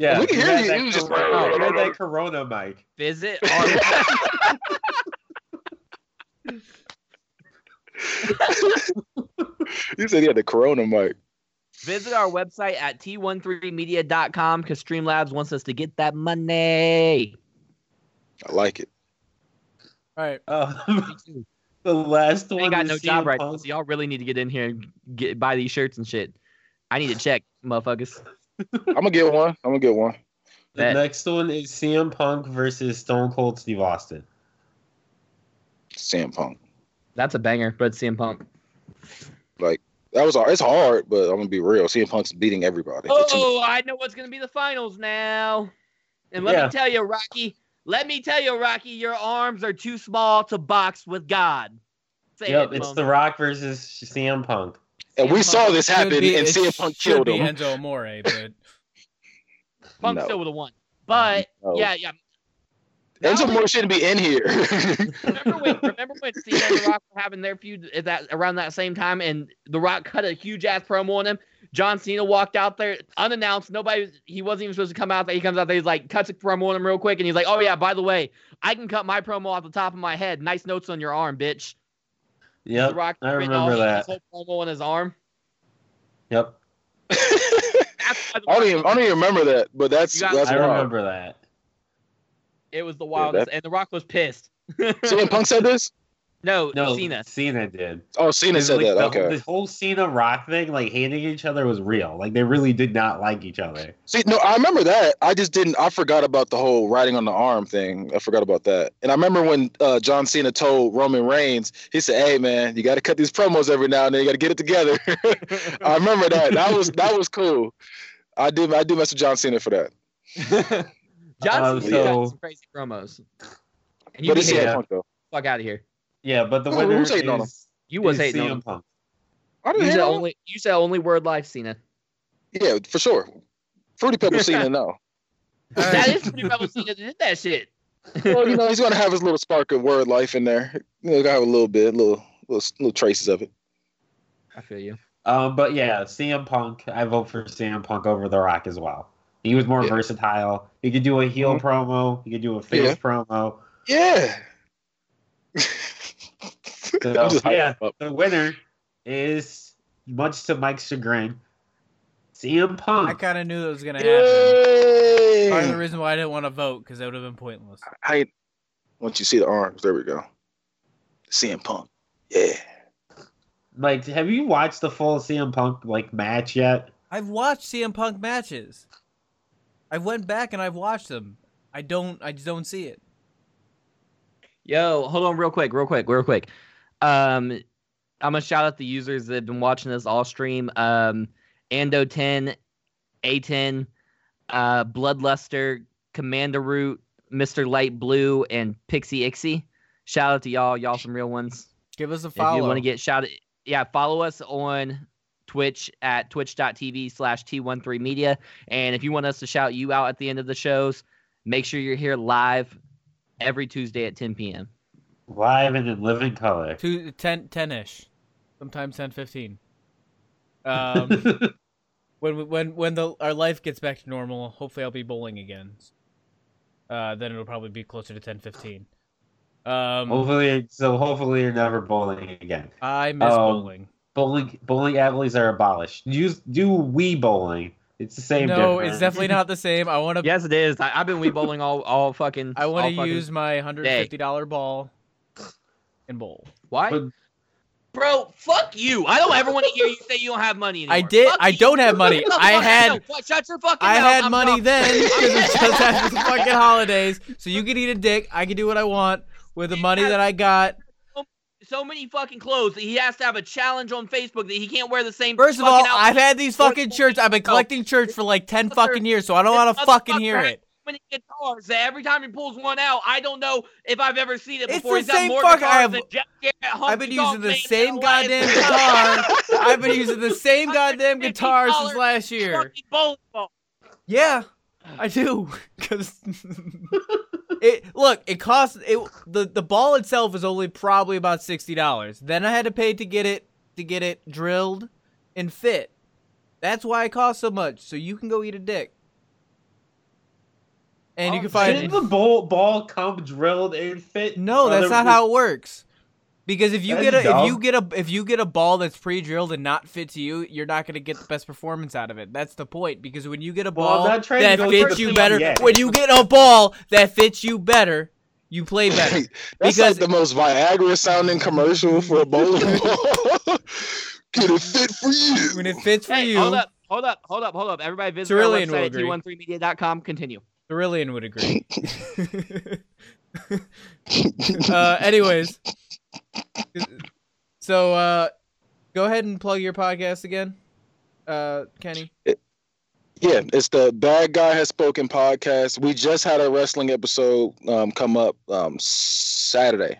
Speaker 3: yeah
Speaker 4: we can
Speaker 3: you
Speaker 4: hear
Speaker 3: had
Speaker 4: you,
Speaker 3: that
Speaker 4: you was just-
Speaker 3: corona, you had that corona mic.
Speaker 1: Visit our
Speaker 4: You said he had the corona mic.
Speaker 1: visit our website at t13media.com because Streamlabs wants us to get that money.
Speaker 4: I like it.
Speaker 2: all right,
Speaker 3: Uh,
Speaker 1: Me too.
Speaker 3: the last
Speaker 1: I
Speaker 3: one.
Speaker 1: ain't got
Speaker 3: is
Speaker 1: no
Speaker 3: CM
Speaker 1: job right now,
Speaker 3: Punk.
Speaker 1: so y'all really need to get in here and get buy these shirts and shit. I need to check, motherfuckers.
Speaker 4: I'm gonna get one. I'm gonna get one.
Speaker 3: The
Speaker 1: Bet.
Speaker 3: next one is CM Punk versus Stone Cold Steve Austin.
Speaker 4: Sam Punk.
Speaker 1: That's a banger, but it's CM Punk.
Speaker 4: That was hard. It's hard, but I'm gonna be real. CM Punk's beating everybody.
Speaker 1: Oh, I know what's gonna be the finals now. And let
Speaker 3: Yeah.
Speaker 1: me tell you, Rocky. Let me tell you, Rocky. Your arms are too small to box with God. Say
Speaker 3: Yep,
Speaker 1: it,
Speaker 3: it's
Speaker 1: Bone.
Speaker 3: The Rock versus CM Punk.
Speaker 4: and we
Speaker 1: CM
Speaker 4: saw
Speaker 1: Punk.
Speaker 4: this happen,
Speaker 2: Should be-
Speaker 4: and
Speaker 2: it
Speaker 4: CM Punk
Speaker 2: should
Speaker 4: killed
Speaker 2: be
Speaker 4: him.
Speaker 2: Enzo Amore, but
Speaker 1: Punk
Speaker 4: No.
Speaker 1: still would have won. But
Speaker 4: No.
Speaker 1: yeah, yeah.
Speaker 4: Enzo
Speaker 1: Now-
Speaker 4: Moore shouldn't be in here.
Speaker 1: Remember when? Remember when Cena and The Rock were having their feud at that around that same time, and The Rock cut a huge ass promo on him, John Cena walked out there unannounced. Nobody, he wasn't even supposed to come out there. He comes out there. He's like, cuts a promo on him real quick. And he's like, oh, yeah, by the way, I can cut my promo off the top of my head. Nice notes on your arm, bitch.
Speaker 3: Yep.
Speaker 1: the Rock
Speaker 3: I
Speaker 1: written
Speaker 3: remember
Speaker 1: all
Speaker 3: that.
Speaker 1: His whole promo on his arm.
Speaker 3: Yep.
Speaker 1: That's why the
Speaker 4: I don't
Speaker 1: Rock-
Speaker 4: even I don't even remember that, but that's
Speaker 1: You got-
Speaker 4: that's
Speaker 3: I
Speaker 4: wrong.
Speaker 3: remember that.
Speaker 1: It was the wildest. and The Rock was pissed.
Speaker 4: CM Punk said this.
Speaker 1: no,
Speaker 3: No,
Speaker 1: Cena.
Speaker 3: did.
Speaker 4: Oh, Cena
Speaker 3: Dude,
Speaker 4: said
Speaker 3: like,
Speaker 4: that.
Speaker 3: the-
Speaker 4: Okay.
Speaker 3: This whole Cena Rock thing, like hating each other, was real. Like they really did not like each other.
Speaker 4: See, no, I remember that. I just didn't. I forgot about the whole riding on the arm thing. I forgot about that. And I remember when uh, John Cena told Roman Reigns, he said, "Hey, man, you got to cut these promos every now and then. You got to get it together." I remember that. That was that was cool. I do I do mess with John Cena for that.
Speaker 1: John
Speaker 3: Um,
Speaker 1: Cena got
Speaker 3: so-
Speaker 1: some crazy promos. And you
Speaker 4: But
Speaker 1: be
Speaker 4: it's
Speaker 1: hating
Speaker 4: CM
Speaker 1: the
Speaker 3: Yeah.
Speaker 4: Punk though.
Speaker 1: fuck out of here.
Speaker 3: yeah, but the
Speaker 4: Who-
Speaker 3: winner
Speaker 4: who's
Speaker 3: is,
Speaker 4: hating on him?
Speaker 1: You was
Speaker 3: is
Speaker 1: hating on
Speaker 3: CM
Speaker 1: him.
Speaker 3: Punk.
Speaker 4: I
Speaker 1: You
Speaker 4: didn't
Speaker 1: said
Speaker 4: hate him.
Speaker 1: only you said only word live Cena.
Speaker 4: Yeah, for sure. Fruity Pebble Cena, no.
Speaker 2: All
Speaker 1: That
Speaker 2: right.
Speaker 1: is pretty much Cena that did that shit.
Speaker 4: Well, you know, he's gonna have his little spark of word life in there. You know, he's gonna have a little bit, little little little traces of it.
Speaker 1: I feel you.
Speaker 3: Um, but yeah, CM Punk. I vote for CM Punk over The Rock as well. He was more
Speaker 4: Yeah. Mm-hmm.
Speaker 3: versatile. He could do a heel promo. He could do a face
Speaker 4: Yeah.
Speaker 3: promo.
Speaker 4: Yeah.
Speaker 2: Oh,
Speaker 4: I'm just hyping
Speaker 3: yeah.
Speaker 4: him up.
Speaker 3: The winner is, much to Mike's chagrin, CM
Speaker 2: I
Speaker 3: Punk.
Speaker 2: kind of knew that was gonna happen. Part of the
Speaker 4: Yay!
Speaker 2: reason why I didn't want to vote because that would have been pointless.
Speaker 4: I once you see the arms, there we go. CM Punk. Yeah.
Speaker 3: Like, have you watched the full CM Punk like match yet?
Speaker 2: I've watched CM Punk matches. I went back and I've watched them. I don't. I just don't see it.
Speaker 1: Yo, hold on real quick, real quick, real quick. Um I'm gonna shout out the users that have been watching this all stream. Um Ando 10, A10, uh Bloodluster, Commander Root, Mr. Light Blue, and Pixie Ixie. Shout out to y'all, y'all some real ones.
Speaker 2: Give us a
Speaker 1: If you
Speaker 2: follow.
Speaker 1: want to get shouted, yeah, follow us on Twitch at twitch.tv slash T13 Media. And if you want us to shout you out at the end of the shows, make sure you're here live every Tuesday at 10 p.m.
Speaker 3: Live and in living color.
Speaker 2: Two, 10, 10-ish. Sometimes 10, 15. Um, when we- when when the our life gets back to normal, hopefully I'll be bowling again. Uh, then it'll probably be closer to 10, 15. Um,
Speaker 1: Oh.
Speaker 3: hopefully, so hopefully you're never bowling again.
Speaker 2: I miss
Speaker 1: Oh,
Speaker 3: um,
Speaker 2: bowling.
Speaker 3: Bowling bowling alleys are abolished. Use do we bowling? It's the same.
Speaker 2: No,
Speaker 3: difference.
Speaker 2: it's definitely not the same. I want to.
Speaker 1: Yes, it is. I, I've been Wii bowling all, all fucking.
Speaker 2: I
Speaker 1: all
Speaker 2: want to
Speaker 1: fucking-
Speaker 2: use my hundred fifty dollar ball and bowl.
Speaker 1: Why?
Speaker 3: But-
Speaker 1: Bro, fuck you. I don't ever want to hear you say you don't have money anymore.
Speaker 2: I did.
Speaker 1: Fuck
Speaker 2: I
Speaker 1: you.
Speaker 2: don't have money.
Speaker 1: Shut the
Speaker 2: I
Speaker 1: fuck-
Speaker 2: had.
Speaker 1: no, fuck- shut your fucking
Speaker 2: I
Speaker 1: mouth.
Speaker 2: had
Speaker 1: I'm
Speaker 2: money
Speaker 1: drunk.
Speaker 2: then because it's just after the fucking holidays. So you can eat a dick. I can do what I want with the money that I got.
Speaker 1: So many fucking clothes that he has to have a challenge on Facebook that he can't wear the same.
Speaker 2: First of all,
Speaker 1: fucking
Speaker 2: I've had these
Speaker 1: Or-
Speaker 2: fucking shirts. I've been collecting shirts for like ten fucking years, so I don't want to
Speaker 1: This
Speaker 2: fucking hear
Speaker 1: motherfucker
Speaker 2: it.
Speaker 1: many guitars that every time he pulls one out, I don't know if I've ever seen it
Speaker 2: It's
Speaker 1: before.
Speaker 2: the
Speaker 1: He's got
Speaker 2: same
Speaker 1: more
Speaker 2: fuck I
Speaker 1: guitars
Speaker 2: have-
Speaker 1: than Jeff Jarrett,
Speaker 2: I've been
Speaker 1: Humpty Dog
Speaker 2: using the
Speaker 1: Lane,
Speaker 2: same
Speaker 1: Metal Lion,
Speaker 2: goddamn
Speaker 1: Metal
Speaker 2: guitar.
Speaker 1: Lion,
Speaker 2: I've been using the same goddamn guitar since
Speaker 1: $150
Speaker 2: last year.
Speaker 1: fucking bowling ball.
Speaker 2: Yeah, I do. Cause it look, it costs it. The the ball itself is only probably about sixty dollars. Then I had to pay to get it to get it drilled and fit. That's why it costs so much. So you can go eat a dick. And you
Speaker 1: Oh,
Speaker 2: can
Speaker 3: Didn't
Speaker 2: find
Speaker 3: the ball, ball come drilled and fit?
Speaker 2: no. That's
Speaker 3: other-
Speaker 2: not how it works. Because if you
Speaker 3: That's
Speaker 2: get a
Speaker 3: dumb.
Speaker 2: if you get a if you get a ball that's pre-drilled and not fit to you, you're not gonna get the best performance out of it. That's the point. Because when you get a
Speaker 3: Well, I'm
Speaker 2: ball
Speaker 3: not trying to
Speaker 2: that
Speaker 3: go
Speaker 2: fits
Speaker 3: for
Speaker 2: you
Speaker 3: the
Speaker 2: better,
Speaker 3: yet.
Speaker 2: when you get a ball that fits you better, you play better.
Speaker 4: That's like
Speaker 2: Because-
Speaker 4: the most Viagra sounding commercial for a bowling ball. Get it fit for you.
Speaker 2: when it fits for
Speaker 1: Hey,
Speaker 2: you,
Speaker 1: hold up, hold up, hold up, hold up. Everybody visit
Speaker 2: Cerulean
Speaker 1: our
Speaker 2: will
Speaker 1: website at
Speaker 2: agree.
Speaker 1: t13media.com. Continue.
Speaker 2: Cerulean would agree. uh, anyways, so uh, go ahead and plug your podcast again, uh, Kenny.
Speaker 4: Yeah, it's the Bad Guy Has Spoken podcast. We just had a wrestling episode um, come up um, Saturday,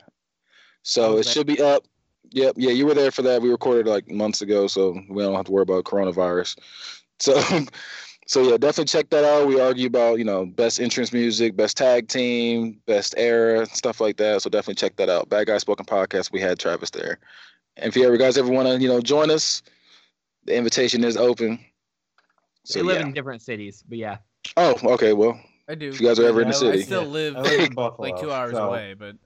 Speaker 4: so it
Speaker 2: Okay.
Speaker 4: should be up. Yep, yeah, you were there for that. We recorded like months ago, so we don't have to worry about coronavirus. So, so yeah, definitely check that out. We argue about you know best entrance music, best tag team, best era, stuff like that. So definitely check that out. Bad Guy Spoken podcast. We had Travis there, and if you ever guys ever want to you know join us, The invitation is open. So
Speaker 1: they live
Speaker 4: yeah.
Speaker 1: in different cities, but yeah.
Speaker 4: Oh, okay. Well,
Speaker 2: I do.
Speaker 4: if you guys are ever in the
Speaker 3: Yeah,
Speaker 2: I
Speaker 4: city,
Speaker 2: still live
Speaker 3: I live in
Speaker 2: like,
Speaker 3: Buffalo,
Speaker 2: two hours
Speaker 3: so-
Speaker 2: away, but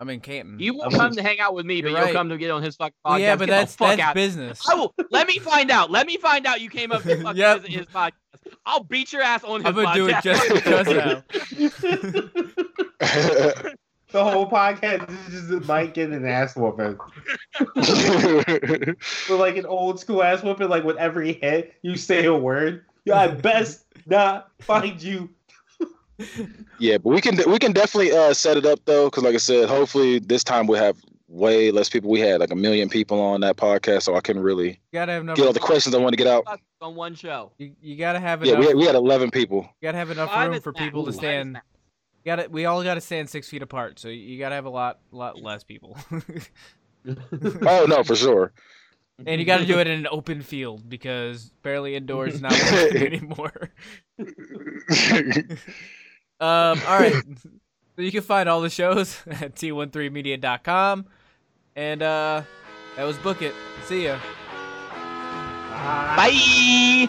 Speaker 2: Mm, I'm in Canton.
Speaker 1: You won't
Speaker 3: I'm-
Speaker 1: come to hang out with me, but
Speaker 2: You're
Speaker 1: you'll
Speaker 2: right.
Speaker 1: come to get on his fucking
Speaker 2: Well,
Speaker 1: podcast.
Speaker 2: yeah, but
Speaker 1: Get the
Speaker 2: that's
Speaker 1: fuck
Speaker 2: that's
Speaker 1: out.
Speaker 2: business.
Speaker 1: I will. Let me find out. Let me find out. You came up to fucking
Speaker 2: Yep.
Speaker 1: his, his podcast. I'll beat your ass on his
Speaker 2: I'm gonna do it
Speaker 1: podcast.
Speaker 2: just just now.
Speaker 3: The whole podcast is just Mike getting an ass whooping. With like an old school ass whooping, like with every hit, you say a word. Yeah, I best not find you.
Speaker 4: yeah, but we can we can definitely uh, set it up though, because like I said, hopefully this time we will have way less people. We had like a million people on that podcast, so I couldn't really
Speaker 2: You gotta have enough.
Speaker 4: get all the questions I want to get out.
Speaker 1: on one show.
Speaker 2: You, you gotta have
Speaker 4: Yeah,
Speaker 2: enough.
Speaker 4: we had, we had eleven people.
Speaker 2: you gotta have enough
Speaker 1: Five
Speaker 2: room
Speaker 1: is
Speaker 2: for
Speaker 1: max.
Speaker 2: people to
Speaker 1: Five is
Speaker 2: stand.
Speaker 1: max.
Speaker 2: You gotta. We all gotta stand six feet apart, so you gotta have a lot, lot less people.
Speaker 4: Oh no, for sure.
Speaker 2: and you gotta do it in an open field because barely indoors is not working anymore. Um, all right. so you can find all the shows at t13media.com. And
Speaker 1: Ah.
Speaker 2: uh, that was Book It. See ya.
Speaker 1: Bye.